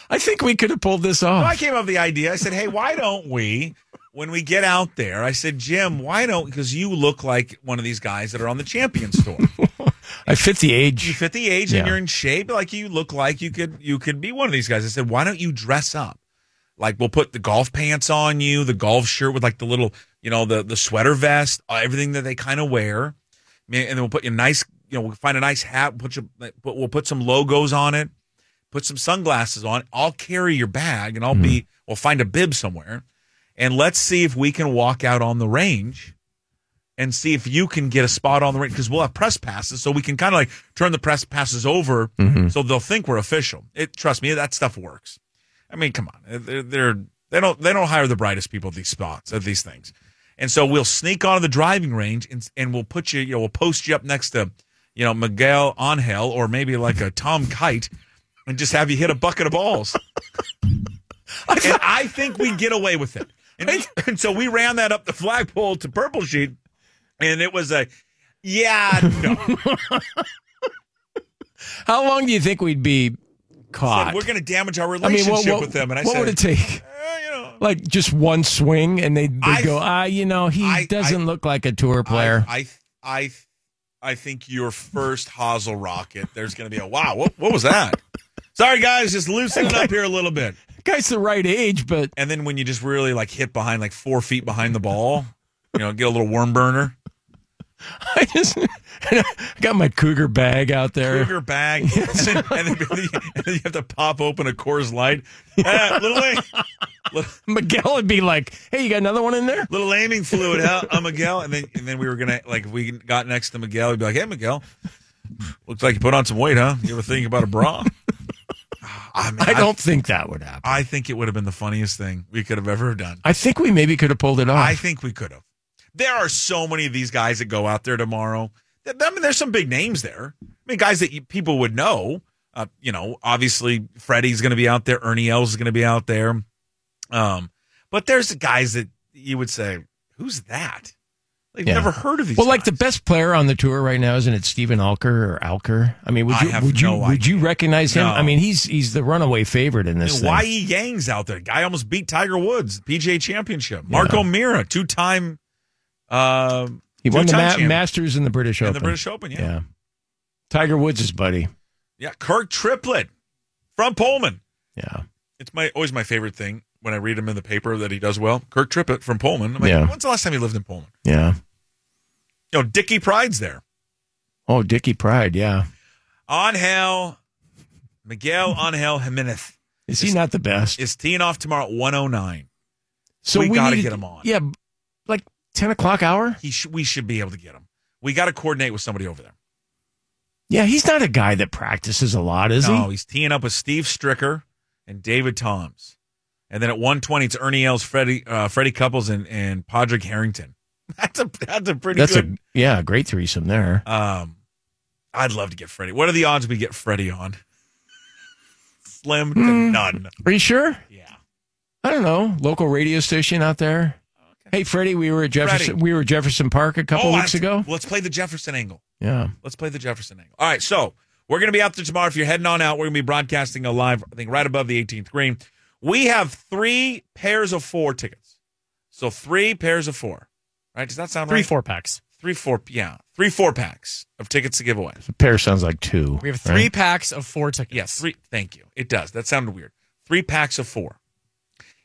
C: I think we could have pulled this off.
B: Well, I came up with the idea. I said, "Hey, why don't we, when we get out there?" I said, "Jim, why don't? Because you look like one of these guys that are on the Champions Tour.
C: I fit the
B: you
C: age.
B: fit the age and
C: Yeah.
B: you're in shape. Like you look like you could you could be one of these guys." I said, "Why don't you dress up? Like we'll put the golf pants on you, the golf shirt with like the little, you know, the the sweater vest, uh, everything that they kind of wear, I mean, and then we'll put you a nice, you know, we'll find a nice hat, put you, like, put, we'll put some logos on it." put some sunglasses on. I'll carry your bag and I'll be, we'll find a bib somewhere. And let's see if we can walk out on the range and see if you can get a spot on the range because we'll have press passes. So we can kind of like turn the press passes over so they'll think we're official. It, trust me, that stuff works. I mean, come on. eh, They're, they're, they don't, they don't hire the brightest people at these spots, at these things. And so we'll sneak onto the driving range and, and we'll put you, you know, we'll post you up next to, you know, Miguel Angel or maybe like a Tom Kite and just have you hit a bucket of balls. and I think we get away with it. And, and so we ran that up the flagpole to Purple Sheet, and it was a, yeah, no.
C: How long do you think we'd be caught?
B: Said, We're going to damage our
C: I mean,
B: relationship
C: what, what-
B: with them. And I
C: what
B: said,
C: would it take? Like just one swing, and they they
B: I-
C: go, ah, you know, he
B: I-
C: doesn't
B: I-
C: look like a tour player.
B: I, I, I, I think your first hosel rocket. There's going to be a wow. What, what was that? Sorry, guys, just loosen it up here a little bit.
C: Guy's the right age, but
B: And then when you just really like hit behind, like four feet behind the ball, you know, get a little worm burner.
C: I just I got my cougar bag out there.
B: Bigger bag, and, then, and then you have to pop open a Coors Light. Uh, little, a-
C: Miguel would be like, "Hey, you got another one in there?"
B: little aiming fluid, huh, uh, Miguel? And then, and then we were gonna like if we got next to Miguel, we'd be like, "Hey, Miguel, looks like you put on some weight, huh? You ever think about a bra?" Ah, I, mean,
C: I don't think that would happen.
B: I think it would have been the funniest thing we could have ever done.
C: I think we maybe could have pulled it off.
B: I think we could have. There are so many of these guys that go out there tomorrow. Th- I mean, there's some big names there. I mean, guys that you, people would know. Uh, you know, obviously Freddie's going to be out there. Ernie Els is going to be out there. Um, but there's guys that you would say, "Who's that?" Like,
C: Yeah.
B: never heard of these.
C: well, like the
B: guys.
C: best player on the tour right now isn't it Steven Alker or Alker? I mean, would
B: I
C: you
B: have
C: would you
B: no
C: would you recognize him?
B: No.
C: I mean, he's he's the runaway favorite in
B: I
C: this
B: mean,
C: thing.
B: Y.E. Yang's out there. Guy almost beat Tiger Woods, PGA Championship. Marco Mira, two time. Uh,
C: He won the
B: two-time
C: ma-
B: champion
C: Masters in the British
B: in
C: Open.
B: the British Open.
C: yeah. Tiger Woods' is buddy.
B: Yeah, Kirk Triplett from Pullman.
C: Yeah.
B: It's my always my favorite thing when I read him in the paper that he does well. Kirk Triplett from Pullman. I'm like,
C: Yeah.
B: when's the last time he lived in Pullman?
C: Yeah.
B: You know, Dickie Pride's there.
C: Oh, Dickie Pride. Yeah.
B: On hell, Miguel Angel Jimenez
C: Is he not the best?
B: is teeing off tomorrow at 109.
C: so
B: we gotta
C: need
B: get him on.
C: Yeah. b- Like 10 o'clock hour?
B: He sh- we should be able to get him. We got to coordinate with somebody over there.
C: Yeah. He's not a guy that practices a lot, is
B: no,
C: he?
B: he's teeing up with Steve Stricker and David Toms. And then at 120, it's Ernie Els, Freddie, uh, Freddie Couples, and, and Padraig Harrington. That's a that's a pretty
C: That's
B: good
C: a, yeah, great threesome there.
B: Um, I'd love to get Freddie. What are the odds we get Freddie on? Slim to
C: Hmm.
B: none.
C: Are you sure?
B: Yeah.
C: I don't know. Local radio station out there. Hey, Freddie, we were at Jefferson.
B: Freddie.
C: We were at Jefferson Park a couple
B: Oh,
C: weeks
B: I-
C: ago.
B: Let's play the Jefferson angle.
C: Yeah.
B: Let's play the Jefferson angle. All right, so we're going to be out there tomorrow. If you're heading on out, we're going to be broadcasting a live, I think, right above the 18th green. We have three pairs of four tickets. So three pairs of four. Right? Does that sound
D: Three
B: right?
D: four packs.
B: Three, four. Yeah. Three, four packs of tickets to give away.
C: The pair sounds like two.
D: We have three
C: right?
D: packs of four tickets.
B: Yes, three. Thank you. It does. That sounded weird. Three packs of four.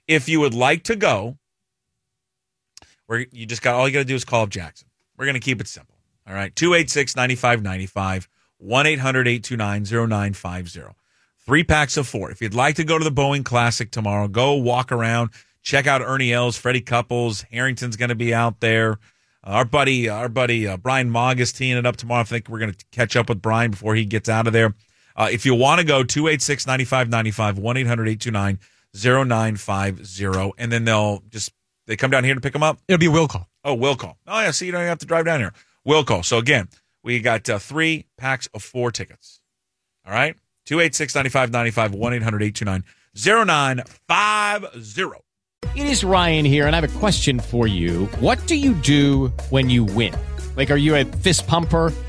B: If you would like to go, where you just got all you got to do is call up Jackson. We're going to keep it simple. All right. 286 9595, 1 800 829 0950. Three packs of four. If you'd like to go to the Boeing Classic tomorrow, go walk around, check out Ernie Els, Freddie Couples. Harrington's going to be out there. Uh, our buddy, our buddy uh, Brian Mogg is teeing it up tomorrow. I think we're going to catch up with Brian before he gets out of there. Uh, if you want to go, 286 9595, 1 800 829 0950. And then they'll just, they come down here to pick them up.
D: It'll be a will call.
B: Oh, will call. Oh, yeah. See, you don't even have to drive down here. Will call. So again, we got uh, three packs of four tickets. All right. 286 9595 1 800 829 0950.
L: It is Ryan here, and I have a question for you. What do you do when you win? Like, are you a fist pumper?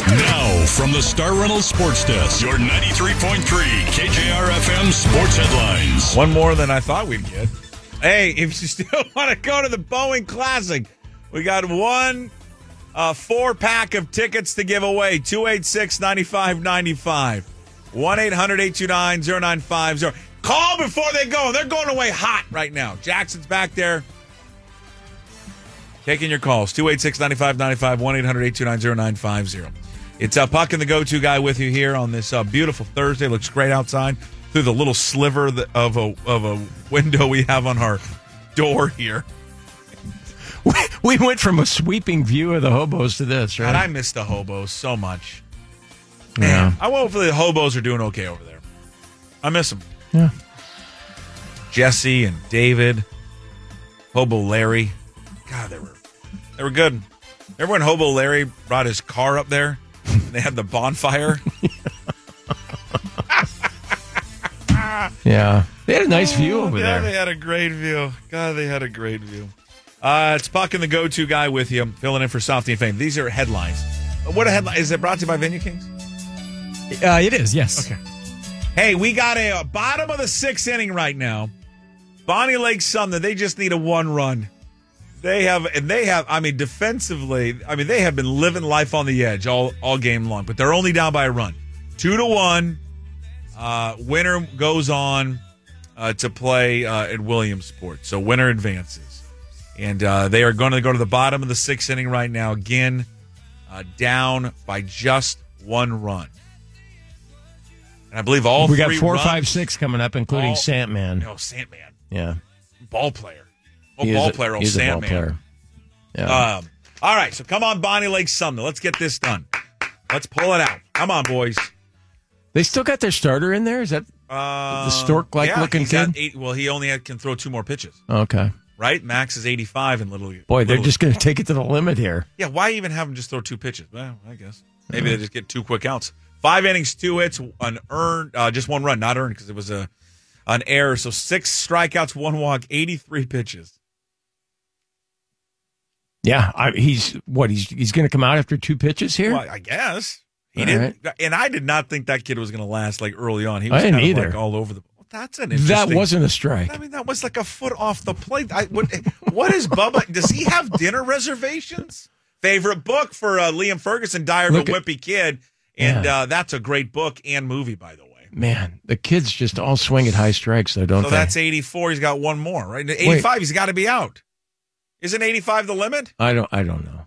A: Now, from the Star Rental Sports Desk, your 93.3 KJR FM sports headlines.
B: One more than I thought we'd get. Hey, if you still want to go to the Boeing Classic, we got one uh, four pack of tickets to give away 286 9595. 1 800 829 0950. Call before they go. They're going away hot right now. Jackson's back there. Taking your calls 286 9595 1 800 829 0950. It's uh, Puck and the go to guy with you here on this uh, beautiful Thursday. Looks great outside. through the little sliver that- of a of a window we have on our door here.
C: We went from a sweeping view of the hobos to this, right?
B: And I miss the hobos so much.
C: yeah.
B: I hopefully the hobos are doing okay over there. I miss them.
C: Yeah.
B: Jesse and David, Hobo Larry. God, they were they were good. Remember when Hobo Larry brought his car up there? And they had the bonfire.
C: Yeah. They had a nice view
B: Oh,
C: over
B: yeah,
C: there.
B: They had a great view. God, they had a great view. Uh, it's Buck and the go-to guy with you, filling in for Softy and Fame. These are headlines. What a headline is it brought to you by Venue Kings?
D: Uh, it is, yes.
B: Okay. Hey, we got a, a bottom of the sixth inning right now. Bonnie Lake Sumner, they just need a one run. They have, and they have. I mean, defensively, I mean, they have been living life on the edge all all game long. But they're only down by a run, two to one. Uh, winner goes on uh, to play uh, at Williamsport, so winner advances, and uh, they are going to go to the bottom of the sixth inning right now. Again, uh, down by just one run, and I believe all
C: we got
B: three
C: four,
B: runs-
C: five, six coming up, including
B: All-
C: Sandman.
B: No, Sandman,
C: Yeah.
B: ball player, oh,
C: He is
B: ball
C: a-
B: player, oh,
C: he's a ball
B: Sandman.
C: player. Yeah.
B: Um, all right, so come on, Bonnie Lake Sumner. Let's get this done. Let's pull it out. Come on, boys.
C: they still got their starter in there? Is that
B: Uh,
C: the stork-like
B: yeah,
C: looking
B: he's got
C: kid?
B: Eight, well, he only had, can throw two more pitches,
C: Okay.
B: right? Max is 85 in Little League.
C: Boy, they're
B: Little
C: just going to take it to the limit here.
B: League. Yeah, why even have him just throw two pitches? Well, I guess. Maybe they just get two quick outs. Five innings, two hits, an earned, uh, just one run, not earned because it was a an error. So six strikeouts, one walk, 83 pitches.
C: Yeah, I, he's what he's he's going to come out after two pitches here.
B: Well, I guess. He
C: All
B: didn't, and I did not think that kid was going to last like early on. He
C: I
B: was
C: didn't
B: kind of,
C: either.
B: like all over the. Well, that's an
C: that
B: interesting.
C: wasn't a strike.
B: I mean, that was like a foot off the plate. I, what, what is Bubba? Does he have dinner reservations? Favorite book for uh, Liam Ferguson, Diary of a
C: Look at-
B: Wimpy Kid, and
C: Yeah.
B: uh, that's a great book and movie, by the way.
C: Man, the kids just all swing at high strikes, though, don't
B: So
C: they?
B: that's eighty four. He's got one more, right? Eighty five. He's got to be out. Isn't eighty five the limit?
C: I don't. I don't know.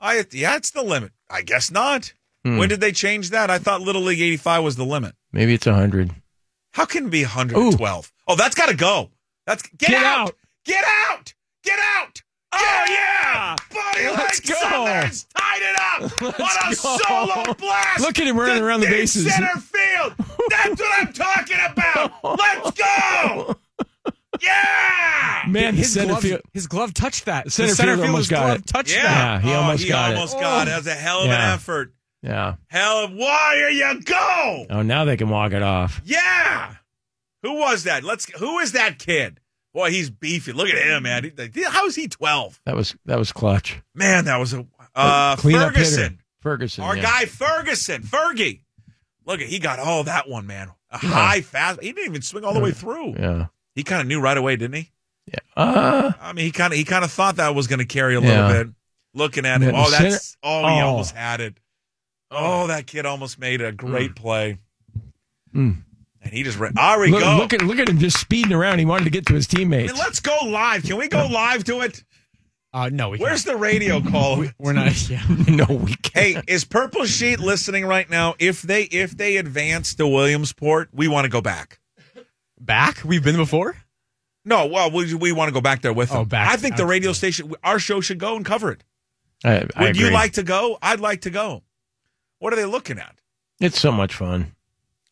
B: I yeah, it's the limit. I guess not.
C: Hmm.
B: When did they change that? I thought Little League eighty five was the limit.
C: Maybe it's a hundred.
B: How can it be 112? Oh, that's got to go. That's get, out. Get out. Get out. Oh yeah. Buddy
C: Let's
B: Lake
C: go.
B: Southern's tied it up. what a
C: Let's go.
B: solo blast.
C: Look at him running
B: to
C: around the
B: deep
C: bases.
B: Center field. That's what I'm talking about. Let's go. Yeah.
C: Man,
D: his,
C: the center
D: glove,
C: field-
D: his glove touched that.
C: Center
D: the center
C: fielder almost
D: fielder's
C: got
D: glove
C: it.
D: touched
B: Yeah.
C: Yeah, he
B: Oh,
C: almost
B: he
C: got it.
B: almost got it. That was a hell of
C: Yeah.
B: an effort.
C: Yeah.
B: Hell of why are you go?
C: Oh, now they can walk it off.
B: Yeah. Who was that? Let's who is that kid? Boy, he's beefy. Look at him, man. He- How is he 12?
C: That was that was clutch.
B: Man, that was a uh,
C: Cleanup hitter.
B: Ferguson.
C: Ferguson.
B: Our
C: yeah.
B: guy Ferguson, Fergie. Look at he got all that one, man. A high fast. He didn't even swing all the way through.
C: Yeah.
B: He kind of knew right away, didn't he?
C: Uh,
B: I mean, he kind of he kind of thought that was going to carry a
C: Yeah.
B: little bit. Looking at him,
C: Yeah,
B: oh,
C: the center-
B: that's oh, he
C: Oh.
B: almost had it. Oh, that kid almost made a great play,
C: Mm.
B: and he just ran. There we
C: look,
B: go.
C: look at look at him just speeding around. He wanted to get to his
B: I
C: teammates.
B: mean, let's go live. Can we go live to it?
D: Uh, no, we
B: Where's the radio call?
D: we're not. Yeah.
C: no, we can't.
B: hey, is Purple Sheet listening right now? If they if they advance to Williamsport, we want to go back.
D: Back? We've been before?
B: No, well, we, we want to go back there with them.
D: Oh, back.
B: I think the radio station, our show should go and cover it.
C: I, I
B: Would you
C: agree.
B: like to go? I'd like to go. What are they looking at?
C: It's so much fun.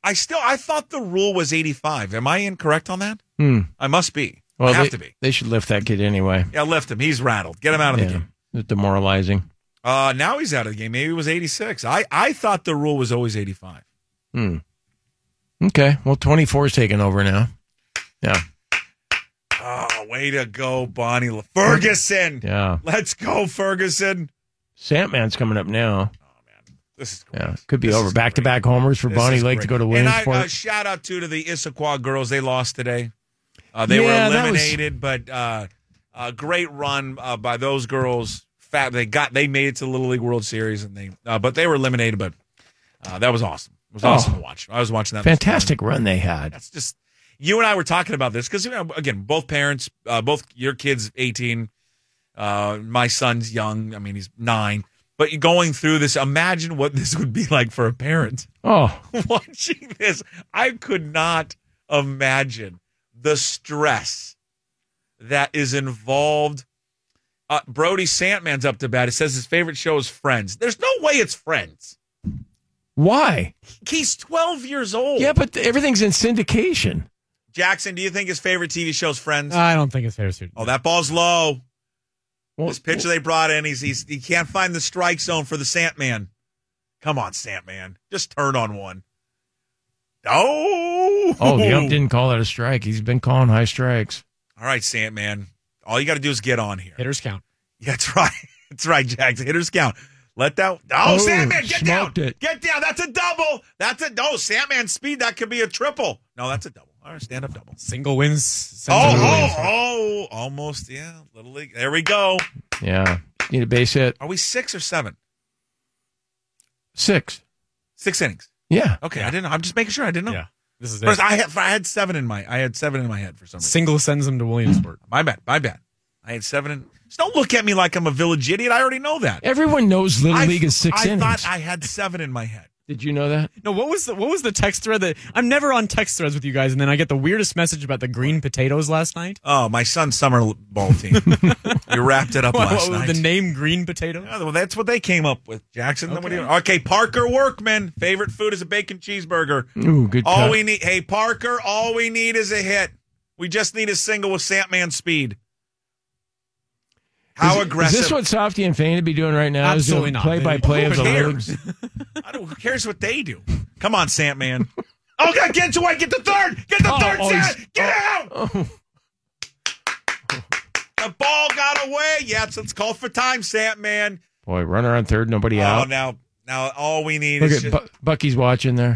B: I still I thought the rule was 85. Am I incorrect on that?
C: Hmm.
B: I must be.
C: Well,
B: I have
C: they,
B: to be.
C: They should lift that kid anyway.
B: Yeah, lift him. He's rattled. Get him out of the
C: Yeah.
B: game.
C: It's demoralizing.
B: Uh, now he's out of the game. Maybe it was 86. I, I thought the rule was always 85.
C: Hmm. Okay. Well, twenty four is taking over now. Yeah.
B: Oh, way to go, Bonnie La- Ferguson.
C: Yeah.
B: Let's go, Ferguson.
C: Sandman's coming up now.
B: This is
C: Yeah, could be
B: This
C: over.
B: is
C: Back to back homers for
B: this
C: Bonnie
B: is
C: Lake to
B: great.
C: go to
B: And I, uh,
C: Williamsport.
B: shout out too to the Issaquah girls. They lost today. Uh, they
C: Yeah,
B: were
C: that was-
B: eliminated, but uh, a great run uh, by those girls. Fat, they got they made it to the Little League World Series, and they uh, but they were eliminated. But uh, that was awesome. It was
C: Oh.
B: awesome to watch. I was watching that. this
C: Fantastic
B: morning.
C: run they had.
B: That's just you and I were talking about this because again, both parents, uh, both your kids, eighteen. Uh, my son's young. I mean, he's nine. But you're going through this, imagine what this would be like for a parent
C: Oh,
B: watching this. I could not imagine the stress that is involved. Uh, Brody Santman's up to bat. It says his favorite show is Friends. There's no way it's Friends.
C: Why?
B: He's 12 years old.
C: Yeah, but everything's in syndication.
B: Jackson, do you think his favorite TV show is Friends?
D: I don't think it's fair to
B: oh, that ball's low. this pitcher they brought in, he's, he's he can't find the strike zone for the Santman. Come on, Santman, just turn on one. Oh,
C: Oh, the ump didn't call that a strike. He's been calling high strikes.
B: All right, Santman. All you got to do is get on here.
D: Hitters count.
B: Yeah, that's right. That's right, Jack. The hitters count. Let that. Oh,
C: Oh,
B: Sandman, get down.
C: smoked it.
B: Get down. That's a double. That's a. No, Sandman speed. That could be a triple. No, that's a double. All right, stand up double.
D: Single wins. sends
B: Oh,
D: it to
B: oh,
D: the wings.
B: oh, almost. Yeah, little league. There we go.
C: Yeah. Need a base hit.
B: Are we six or seven?
C: Six.
B: Six innings.
C: Yeah.
B: Okay, I didn't know. I'm just making sure I didn't know.
D: Yeah. This is
B: First,
D: it.
B: I had I had seven in my I had seven in my head for some reason.
D: Single sends him to Williamsport.
B: My bad. My bad. I had seven in. Just don't look at me like I'm a village idiot. I already know that.
C: Everyone knows Little
B: I-
C: League is six
B: I
C: innings.
B: thought I had seven in my head.
C: Did you know that?
D: No, what was the what was the text thread that I'm never on text threads with you guys, and then I get the weirdest message about the green potatoes last night.
B: Oh, my son's summer ball team. we wrapped it up
D: What-
B: last
D: what-
B: night.
D: The name green potato.
B: Yeah, well, that's what they came up with, Jackson. Then what do you- Okay. Parker Workman. Favorite food is a bacon cheeseburger.
C: Ooh, good
B: all
C: cut.
B: we need, hey Parker, all we need is a hit. We just need a single with Santman speed. How
C: Is-
B: aggressive?
C: Is this what Softy and Fane would be doing right now? Is doing
D: Absolutely not.
C: Play by play
B: Who
C: of the
B: cares?
C: leagues.
B: I don't, who cares what they do? Come on, Santman. oh God, get to white, get the third, get the
C: Oh,
B: third,
C: oh,
B: Sant!
C: he's-
B: get out. The ball got away. Yes, let's call for time, Santman.
C: Boy, runner on third, nobody
B: Oh,
C: out.
B: now, now all we need
C: Look
B: is
C: at
B: just,
C: Bu- Bucky's watching there.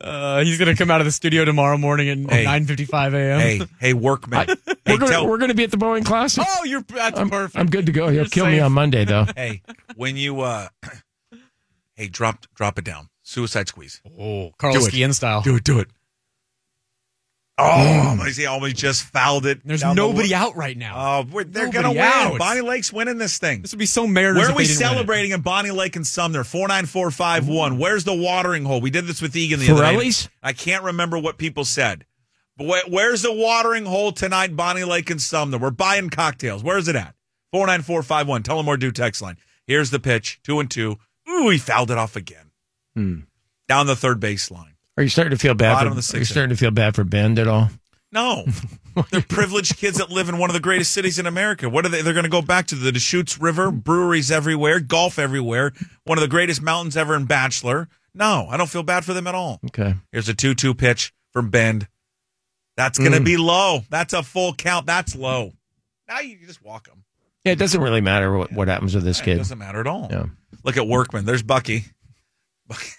D: Uh, he's gonna come out of the studio tomorrow morning at
B: Hey.
D: 9:55 a.m.
B: hey, hey, Workman.
C: I-
B: hey,
C: we're gonna
B: tell-
C: we're gonna be at the Boeing Classic.
D: Oh, you're that's
C: I'm,
D: perfect.
C: I'm good to go. He'll
D: You're
C: kill me
D: safe.
C: on Monday though.
B: hey, when you uh, hey, drop drop it down. Suicide squeeze.
D: Oh, Karlski in style.
B: Do it, do it. Oh, he almost just fouled it.
D: There's
B: down the
D: nobody
B: lo-
D: out right now.
B: Oh, we're, they're
D: Nobody
B: gonna win.
D: out.
B: Bonnie Lake's winning this thing.
D: this would be so Mariners.
B: Where are
D: if
B: we
D: they didn't win it.
B: celebrating in Bonnie Lake and Sumner? Four nine four five one. Where's the watering hole? We did this with Egan the other
C: Pirelli's?
B: night. I can't remember what people said. But where, where's the watering hole tonight, Bonnie Lake and Sumner? We're buying cocktails. Where is it at? Four nine four five one. Tell them or do text line. Here's the pitch. Two and two. Ooh, he fouled it off again.
D: Hmm.
B: Down the third baseline.
C: Are you starting to feel bad?
B: Bottom
C: for,
B: of the
C: are you
B: sixth
C: starting to feel bad for Bend at all?
B: No. They're privileged kids that live in one of the greatest cities in America. What are they? They're going to go back to the Deschutes River, breweries everywhere, golf everywhere, one of the greatest mountains ever in Bachelor. No, I don't feel bad for them at all.
C: Okay.
B: Here's a 2 2 pitch from Bend. That's going to
C: Mm.
B: be low. That's a full count. That's low. Now you can just walk them.
C: Yeah, it doesn't really matter what, what happens with this
B: It
C: kid.
B: doesn't matter at all.
C: Yeah.
B: Look at Workman. There's Bucky. Bucky.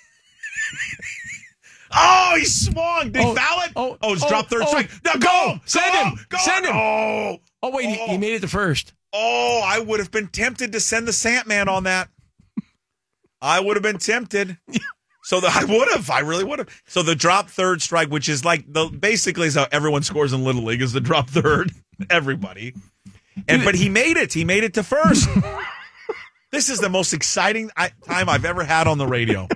B: oh, he swung. Did
C: Oh,
B: he foul it?
C: oh,
B: oh it's
C: oh,
B: drop third
C: oh.
B: strike. No, go.
C: Send
B: go,
C: him.
B: Go.
C: Send him.
B: Oh.
C: Oh wait, he, he made it the first.
B: Oh, I would have been tempted to send the Sandman on that. I would have been tempted. So the, I would have. I really would have. So the drop third strike, which is like the basically is how everyone scores in Little League, is the drop third. Everybody. And but he made it. He made it to first. this is the most exciting I, time I've ever had on the radio.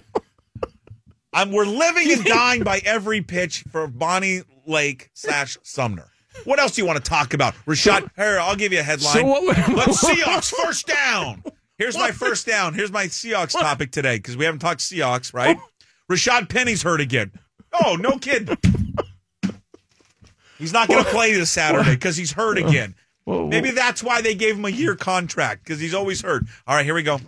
B: I'm, we're living and dying by every pitch for Bonnie Lake slash Sumner. What else do you want to talk about? Rashad, here, I'll give you a headline.
C: So what would-
B: Let's Seahawks first down. Here's my first down. Here's my Seahawks topic today because we haven't talked Seahawks, right?
C: Oh.
B: Rashad Penny's hurt again. Oh, no kid. He's not going to play this Saturday because he's hurt again. Maybe that's why they gave him a year contract because he's always hurt. All right, here we go.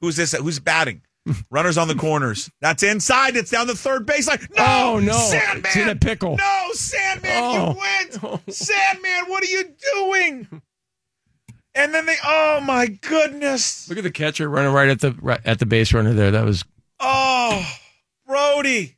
B: Who's this? Who's batting? Runners on the corners. That's inside. It's down the third baseline. No,
C: Oh, no.
B: Sandman.
C: It's in a pickle.
B: No, Sandman,
C: Oh.
B: you went. Sandman, what are you doing? And then they. Oh my goodness.
C: Look at the catcher running right at the right, at the base runner there. That was
B: Oh, Brody,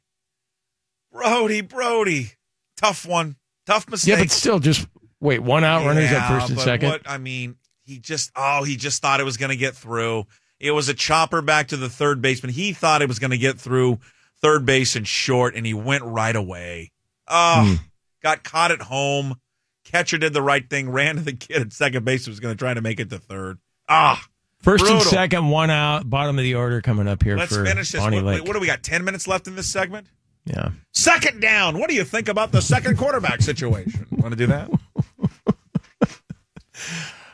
B: Brody, Brody. Tough one. Tough mistake.
C: yeah, but still, just wait. One out, runners at
B: Yeah,
C: first and
B: but
C: second.
B: What, I mean, he just oh, he just thought it was going to get through. It was a chopper back to the third baseman. He thought it was going to get through third base and short, and he went right away. Oh,
C: Hmm.
B: got caught at home. Catcher did the right thing, ran to the kid at second base who was going to try to make it to third. Ah,
C: First and
B: Brutal.
C: second, one out. Bottom of the order coming up here
B: Let's
C: for
B: finish this.
C: Bonnie
B: What,
C: Lake.
B: what do we got? Ten minutes left in this segment.
C: yeah.
B: Second down. What do you think about the second quarterback situation? Want to do that?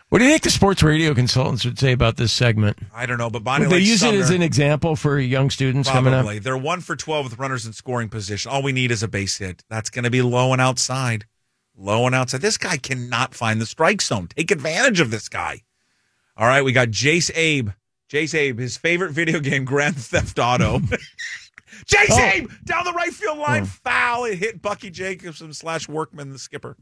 C: What do you think the sports radio consultants would say about this segment?
B: I don't know, but Bonnie
C: Would they
B: Lake
C: use it as
B: Sumner-
C: an example for young students
B: Probably.
C: coming up?
B: They're one for 12 with runners in scoring position. All we need is a base hit. That's going to be low and outside. Low and outside. This guy cannot find the strike zone. Take advantage of this guy. All right, we got Jace Abe. Jace Abe, his favorite video game, Grand Theft Auto. Jace
M: Oh.
B: Abe, down the right field line,
C: Oh.
B: foul. It hit Bucky Jacobson slash Workman, the skipper.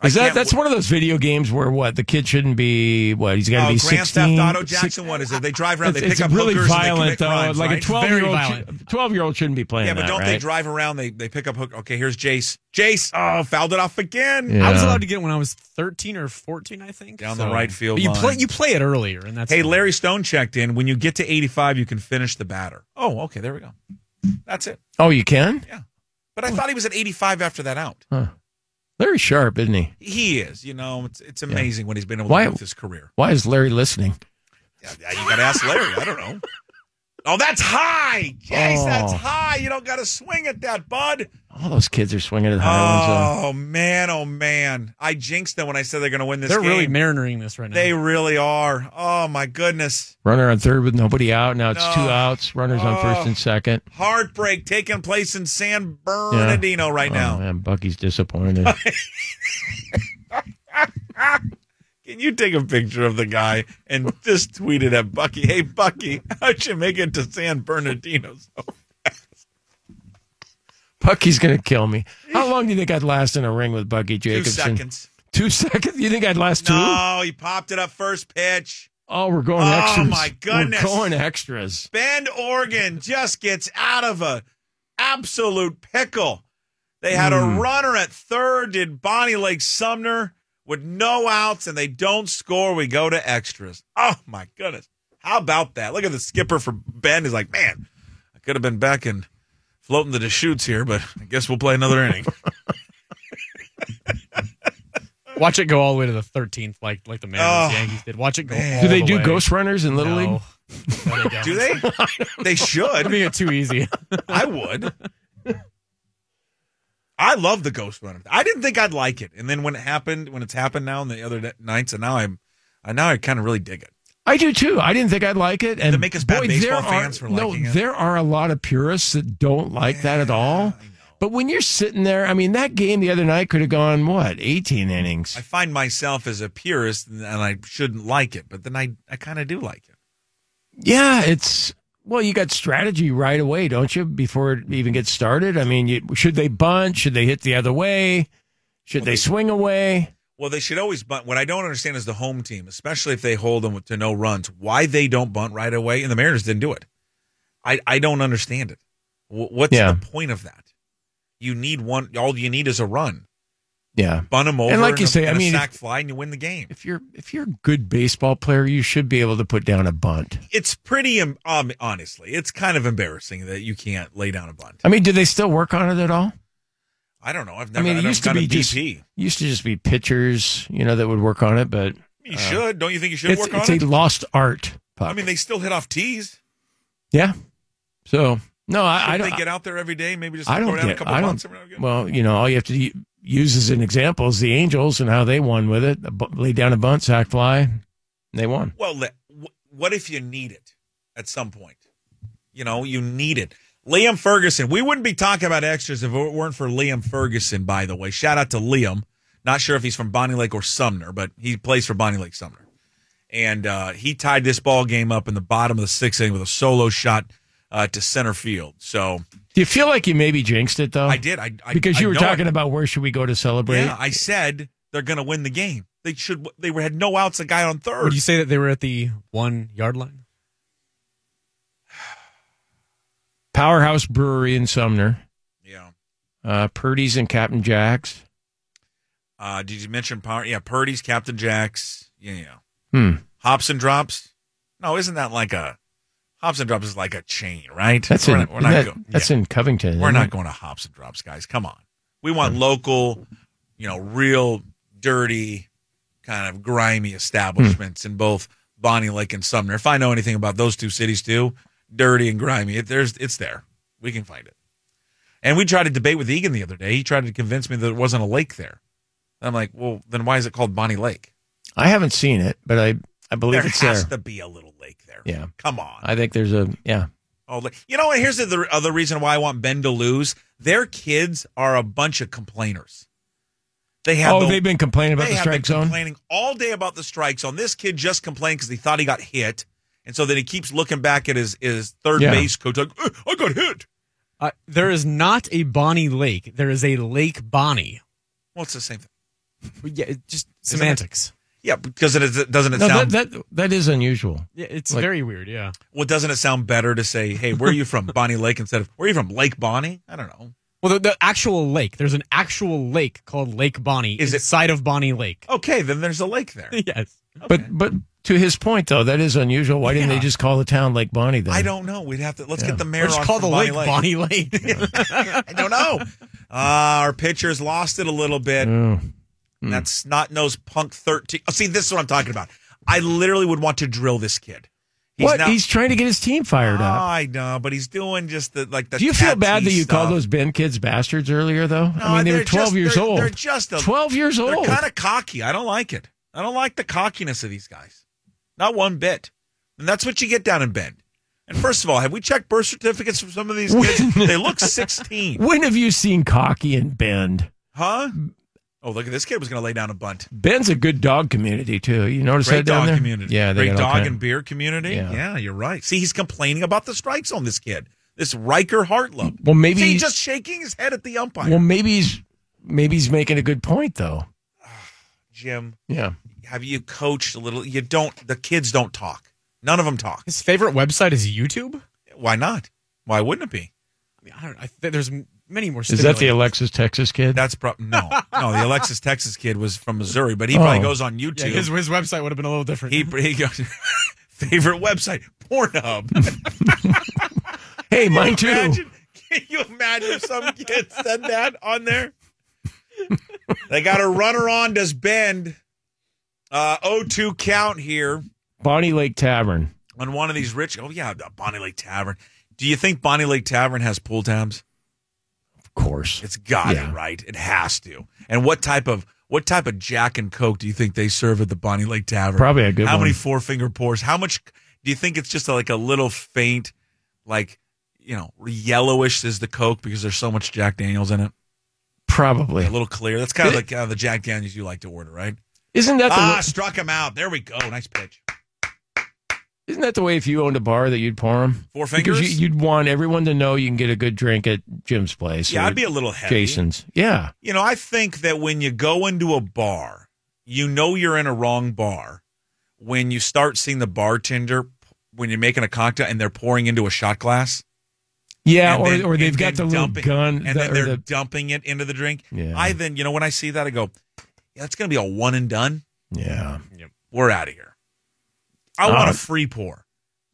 B: I
C: Is that
B: can't
C: that's
B: w-
C: one of those video games where what the kid shouldn't be what he's got to
B: Oh,
C: be
B: Grand
C: sixteen.
B: Theft Auto
C: six-
B: Jackson, what is it? They drive around,
C: it's,
B: they pick
C: it's
B: up
C: really
B: hookers and they
C: violent
B: commit
C: though.
B: crimes,
C: like
B: right?
C: a twelve year
B: Very
C: old, twelve year old shouldn't be playing
B: Yeah,
C: that,
B: but don't
C: right?
B: they drive around? They they pick up hook. Okay, here's Jace. Jace, oh, fouled it off again.
C: Yeah.
D: I was allowed to get it when I was 13 or 14, I think.
B: Down the right field
D: but You
B: line.
D: play, you play it earlier, and that's
B: hey, Larry Stone checked in. When you get to 85, you can finish the batter. Oh, okay, there we go. That's it.
C: Oh, you can.
B: But I thought he was at 85 after that out.
C: Huh. Larry Sharp, isn't he?
B: He is. You know, it's it's amazing what he's been able to
C: Why
B: do with his career.
C: Why is Larry listening?
B: Yeah, you got to ask Larry. I don't know. Oh, that's high, Jace. That's
C: Oh.
B: high. You don't got to swing at that, bud.
C: All those kids are swinging at uh, high ones.
B: Oh man, oh man! I jinxed them when I said they're going to win this.
D: They're
B: game.
D: really marinering this right now.
B: They really are. Oh my goodness.
C: Runner on third with nobody out. Now it's two
B: No.
C: outs. Runners on
B: Oh.
C: first and second.
B: Heartbreak taking place in San
C: Yeah.
B: Bernardino right
C: Oh,
B: now.
C: man, Bucky's disappointed.
B: Can you take a picture of the guy and just tweet it at Bucky? Hey Bucky, how'd you make it to San Bernardino? So
C: Bucky's gonna kill me. How long do you think I'd last in a ring with Bucky
B: two
C: Jacobson?
B: seconds.
C: Two seconds? You think I'd last two?
B: No, he popped it up first pitch.
C: Oh, we're going
B: Oh,
C: extras.
B: my goodness.
C: We're going extras.
B: Bend, Oregon just gets out of a absolute pickle. They had a
C: Mm.
B: runner at third, did Bonnie Lake Sumner with no outs, and they don't score. We go to extras. Oh my goodness. How about that? Look at the skipper for Bend. He's like, man, I could have been back and floating the Deschutes here, but I guess we'll play another inning.
D: Watch it go all the way to the 13th, like like the Mariners
B: Oh,
D: Yankees did. Watch it go.
B: man.
D: all
C: Do they
D: the
C: do
D: way.
C: ghost runners in Little
D: No.
C: League?
D: No, they don't.
B: Do they? They
D: I
B: should.
D: think it's too easy.
B: I would. I love the Ghost Runner. I didn't think I'd like it, and then when it happened, when it's happened now and the other da- nights, and now I'm, I now I kind of really dig it.
C: I do too. I didn't think I'd like it. And
B: They make us bad
C: boy,
B: baseball
C: there are-
B: fans for
C: no,
B: liking it.
C: there are a lot of purists that don't like that at all. But when you're sitting there, I mean, that game the other night could have gone what eighteen innings.
B: I find myself as a purist, and and I shouldn't like it, but then I, I kind of do like it.
C: Yeah, it's well, you got strategy right away, don't you? Before it even gets started. I mean, you, should they bunt? Should they hit the other way? Should they swing away?
B: Well, they should always bunt. What I don't understand is the home team, especially if they hold them to no runs, why they don't bunt right away, and the Mariners didn't do it. I, I don't understand it. Wh- What's
C: Yeah.
B: the point of that? You need one. All you need is a run.
C: Yeah.
B: Bunt them over.
C: And like you
B: a-
C: say, I
B: and a
C: mean, if-
B: sack fly, and you win the game.
C: If you're if you're a good baseball player, you should be able to put down a bunt.
B: It's pretty, em- um, honestly, it's kind of embarrassing that you can't lay down a bunt.
C: I mean, do they still work on it at all?
B: I don't know. I've never.
C: I mean, it
B: I've
C: used to
B: done a
C: be just
B: BP.
C: used to just be pitchers, you know, that would work on it. But
B: You should. Don't you think you should
C: uh, it's,
B: work on
C: it's
B: it?
C: a lost art. Puck.
B: I mean, they still hit off tees.
C: yeah. So no, I, I
B: Shouldn't
C: don't.
B: They get out there every day. Maybe just
C: I
B: throw
C: don't
B: down a
C: get.
B: couple
C: I
B: bunts
C: don't.
B: every now and again.
C: Well, you know, all you have to u- use as an example is the Angels and how they won with it. A bu- Laid down a bunt, sack fly, and they won.
B: Well, le- wh- what if you need it at some point? You know, you need it. Liam Ferguson. We wouldn't be talking about extras if it weren't for Liam Ferguson, by the way. Shout out to Liam. Not sure if he's from Bonnie Lake or Sumner, but he plays for Bonnie Lake Sumner. And uh, he tied this ball game up in the bottom of the sixth inning with a solo shot uh, to center field. So
C: Do you feel like you maybe jinxed it though?
B: I did. I, I
C: Oh, because you
B: I
C: were
B: know
C: talking
B: I-
C: about where should we go to celebrate?
B: Yeah, I said they're going to win the game. They should. They were had no outs. A guy on third.
D: Would you say that they were at the one yard line?
C: Powerhouse Brewery in Sumner,
B: yeah.
C: uh, Purdy's and Captain Jack's.
B: Uh, did you mention power? Yeah, Purdy's, Captain Jack's. Yeah, yeah.
C: Hmm.
B: Hops and drops. No, isn't that like a hops and drops is like a chain, right?
C: That's
B: we're
C: in.
B: not, we're not
C: that-
B: go-
C: that's
B: yeah.
C: in Covington.
B: We're
C: isn't
B: not
C: it?
B: going to hops and drops, guys. Come on. We want local,
C: Hmm.
B: you know, real dirty, kind of grimy establishments in both Bonnie Lake and Sumner. If I know anything about those two cities too, dirty and grimy. It, there's it's there. We can find it. And we tried to debate with Egan the other day. He tried to convince me that there wasn't a lake there. And I'm like, well, then why is it called Bonnie Lake?
C: I haven't seen it, but I I believe
B: there
C: it's
B: has
C: there.
B: to be a little lake there.
C: yeah.
B: Come on.
C: I think there's a yeah.
B: Oh, like- you know what? Here's the other- other reason why I want Ben to lose. Their kids are a bunch of complainers. They have
C: oh,
B: the-
C: they've been complaining about
B: they
C: the
B: have
C: strike
B: been
C: zone.
B: Complaining all day about the strike zone. This kid just complained because he thought he got hit, and so then he keeps looking back at his his third
D: Yeah.
B: base coach like, "Eh, I got hit.
D: Uh, there is not a Bonnie Lake. There is a Lake Bonnie.
B: Well, it's the same thing.
D: Yeah, it just semantics.
B: Yeah, because it is, doesn't it
C: No,
B: sound
C: that, that that is unusual.
D: Yeah, it's
C: Like-
D: very weird. Yeah.
B: well? Doesn't it sound better to say, "Hey, where are you from, Bonnie Lake?" Instead of "Where are you from, Lake Bonnie?" I don't know.
D: Well, the, the actual lake. There's an actual lake called Lake Bonnie. Is inside of Bonnie Lake?
B: Okay, then there's a lake there.
D: yes.
C: But but to his point though, that is unusual. Why didn't they just call the town Lake Bonnie then?
B: I don't know. We'd have to let's
C: Yeah.
B: get the mayor
C: Or just
B: on
C: call
B: from
C: the
B: Bonnie
C: lake
B: Lake.
C: Bonnie
D: Lake.
B: I don't know. Uh, our pitchers lost it a little bit.
C: Oh.
B: That
C: Hmm.
B: snot nosed punk thirteen. Oh, see, this is what I'm talking about. I literally would want to drill this kid.
C: what?
B: now-
C: He's trying to get his team fired
B: Oh,
C: up.
B: I know, but he's doing just the like the.
C: Do you feel
B: Tatis
C: bad that you
B: Ah, stuff.
C: called those Ben kids bastards earlier though? I mean, they
B: they're
C: were 12
B: just-
C: years
B: they're-
C: old.
B: They're just a,
C: 12 years old.
B: They're kind of cocky. I don't like it. I don't like the cockiness of these guys. Not one bit. And that's what you get down in Bend. And first of all, have we checked birth certificates for some of these kids? they look 16.
C: When have you seen cocky and Bend?
B: Huh? Oh, look at this kid was going to lay down a bunt.
C: Ben's a good dog community too. You notice
B: Great
C: that down
B: dog
C: there?
B: community.
C: Yeah, they
B: Great
C: got all
B: dog
C: kind of-
B: and beer community.
C: Yeah.
B: Yeah. you're right. See, he's complaining about the strikes on this kid. This Riker Hartlum.
C: Well, maybe
B: See, he's
C: he's-
B: just shaking his head at the umpire.
C: Well, maybe he's maybe he's making a good point though.
B: Jim,
C: Yeah.
B: have you coached a little? You don't. The kids don't talk. None of them talk.
D: His favorite website is YouTube.
B: Why not? Why wouldn't it be?
D: I mean, I don't. I, th- there's m- many more.
C: Is that the Alexis Texas kid?
B: That's probably no, no. The Alexis Texas kid was from Missouri, but he
C: Oh.
B: probably goes on
D: Yeah,
B: YouTube.
D: his, his website would have been a little different.
B: he, he goes favorite website Pornhub.
C: Hey,
B: Can you
C: mine too.
B: imagine- Can you imagine if some kid said that on there? they got a runner on does bend. Uh, 0-2 count here
C: Bonnie Lake Tavern.
B: on one of these rich. Oh yeah, the Bonnie Lake Tavern. Do you think Bonnie Lake Tavern has pool tabs?
C: Of course.
B: It's got
C: Yeah.
B: it right. It has to. And what type of what type of Jack and Coke do you think they serve at the Bonnie Lake Tavern?
C: Probably a good
B: How many
C: one.
B: four finger pours? How much do you think it's just like a little faint, like you know, yellowish is the Coke because there's so much Jack Daniels in it.
C: Probably.
B: A little clear. That's kind of like uh, the Jack Daniels you like to order, right?
C: Isn't that the
B: Ah, struck him out. There we go. Nice pitch.
C: isn't that the way if you owned a bar that you'd pour them?
B: Four
C: Because
B: fingers?
C: you, you'd want everyone to know you can get a good drink at Jim's place.
B: Yeah,
C: or
B: I'd be a little heavy.
C: Jason's. Yeah.
B: You know, I think that when you go into a bar, you know you're in a wrong bar when you start seeing the bartender when you're making a cocktail and they're pouring into a shot glass.
C: Yeah,
B: and
C: or,
B: then-
C: or they've
B: and
C: got the
B: then
C: little
B: dumping-
C: gun.
B: and
C: the-
B: then
C: or
B: they're
C: the-
B: dumping it into the drink.
C: Yeah.
B: I then, you know, when I see that, I go, yeah, that's going to be a one and done.
C: yeah.
B: We're out of here. I want
C: Uh,
B: a free pour.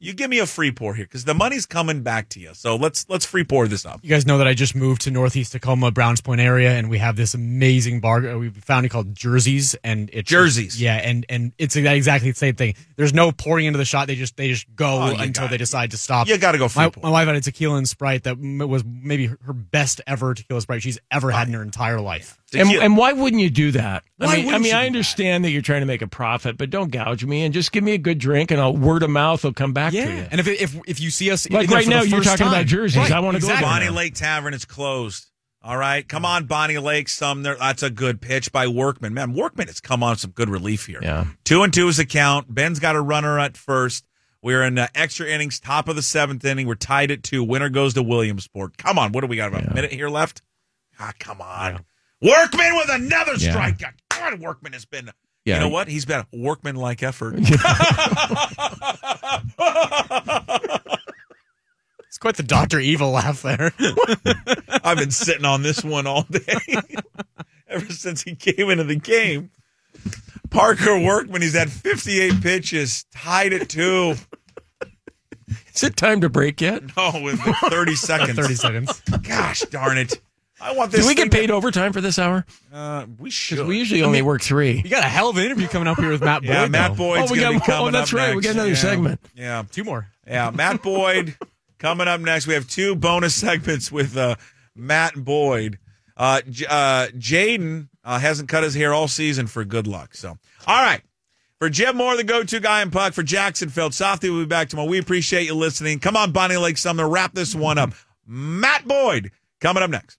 B: You give me a free pour here because the money's coming back to you. So let's let's free pour this up.
D: You guys know that I just moved to Northeast Tacoma, Browns Point area, and we have this amazing bar uh, we found it called Jerseys, and it's
B: Jerseys.
D: yeah, and and it's exactly the same thing. There's no pouring into the shot; they just they just go
B: Oh, you
D: until
B: got
D: they
B: it.
D: decide to stop.
B: You got to go free
D: my,
B: pour.
D: my wife had a tequila and sprite that m- was maybe her her best ever tequila sprite she's ever had in her entire life.
C: And,
B: Tequila.
C: and why wouldn't you do that?
B: Why
C: I mean, I,
B: wouldn't
C: mean,
B: you do
C: I
B: that?
C: understand that? you're trying to make a profit, but don't gouge me and just give me a good drink, and I'll word of mouth will come back to you.
D: and if if if you see us in
C: Like
D: there
C: right
D: for the
C: now, you're
D: first
C: talking
D: time-
C: about jerseys. I wanna go
D: exactly.
C: there.
B: Bonnie Lake Tavern is closed. All right, come on, Bonnie Lake Sumner. That's a good pitch by Workman. Man, Workman has come on some good relief here.
C: Yeah.
B: Two and two is the count. Ben's got a runner at first. We're in uh, extra innings, top of the seventh inning. We're tied at two. Winner goes to Williamsport. Come on, what do we got about a minute here left? Ah, come on, Workman with another
C: Yeah.
B: strike. God, Workman has been.
C: Yeah.
B: You know what? He's been a workman-like effort.
D: It's quite the Doctor Evil laugh there.
B: I've been sitting on this one all day ever since he came into the game. Parker Workman, he's had 58 pitches, tied at two.
C: Is it time to break yet?
B: No, with 30 seconds.
D: Thirty seconds.
B: Gosh darn it. I want this
C: Do we
B: thing
C: get paid overtime for this hour?
B: Uh, we
C: Because
B: should.
C: we usually only work three.
D: You got a hell of an interview coming up here with Matt Boyd.
B: Yeah, Matt
D: though.
B: Boyd's
C: Oh, we
B: going to
C: got-
B: be coming
C: oh, that's
B: up
C: right. We
B: next.
C: got another
B: Yeah.
C: segment.
B: Yeah.
D: Two more.
B: Yeah, Matt Boyd coming up next. We have two bonus segments with uh, Matt Boyd. Uh, J- uh, Jaden uh, hasn't cut his hair all season for good luck. So, all right. For Jim Moore, the go-to guy in puck, for Jackson Feld, Softy will be back tomorrow. We appreciate you listening. Come on, Bonnie Lake Sumner, wrap this one up. Matt Boyd coming up next.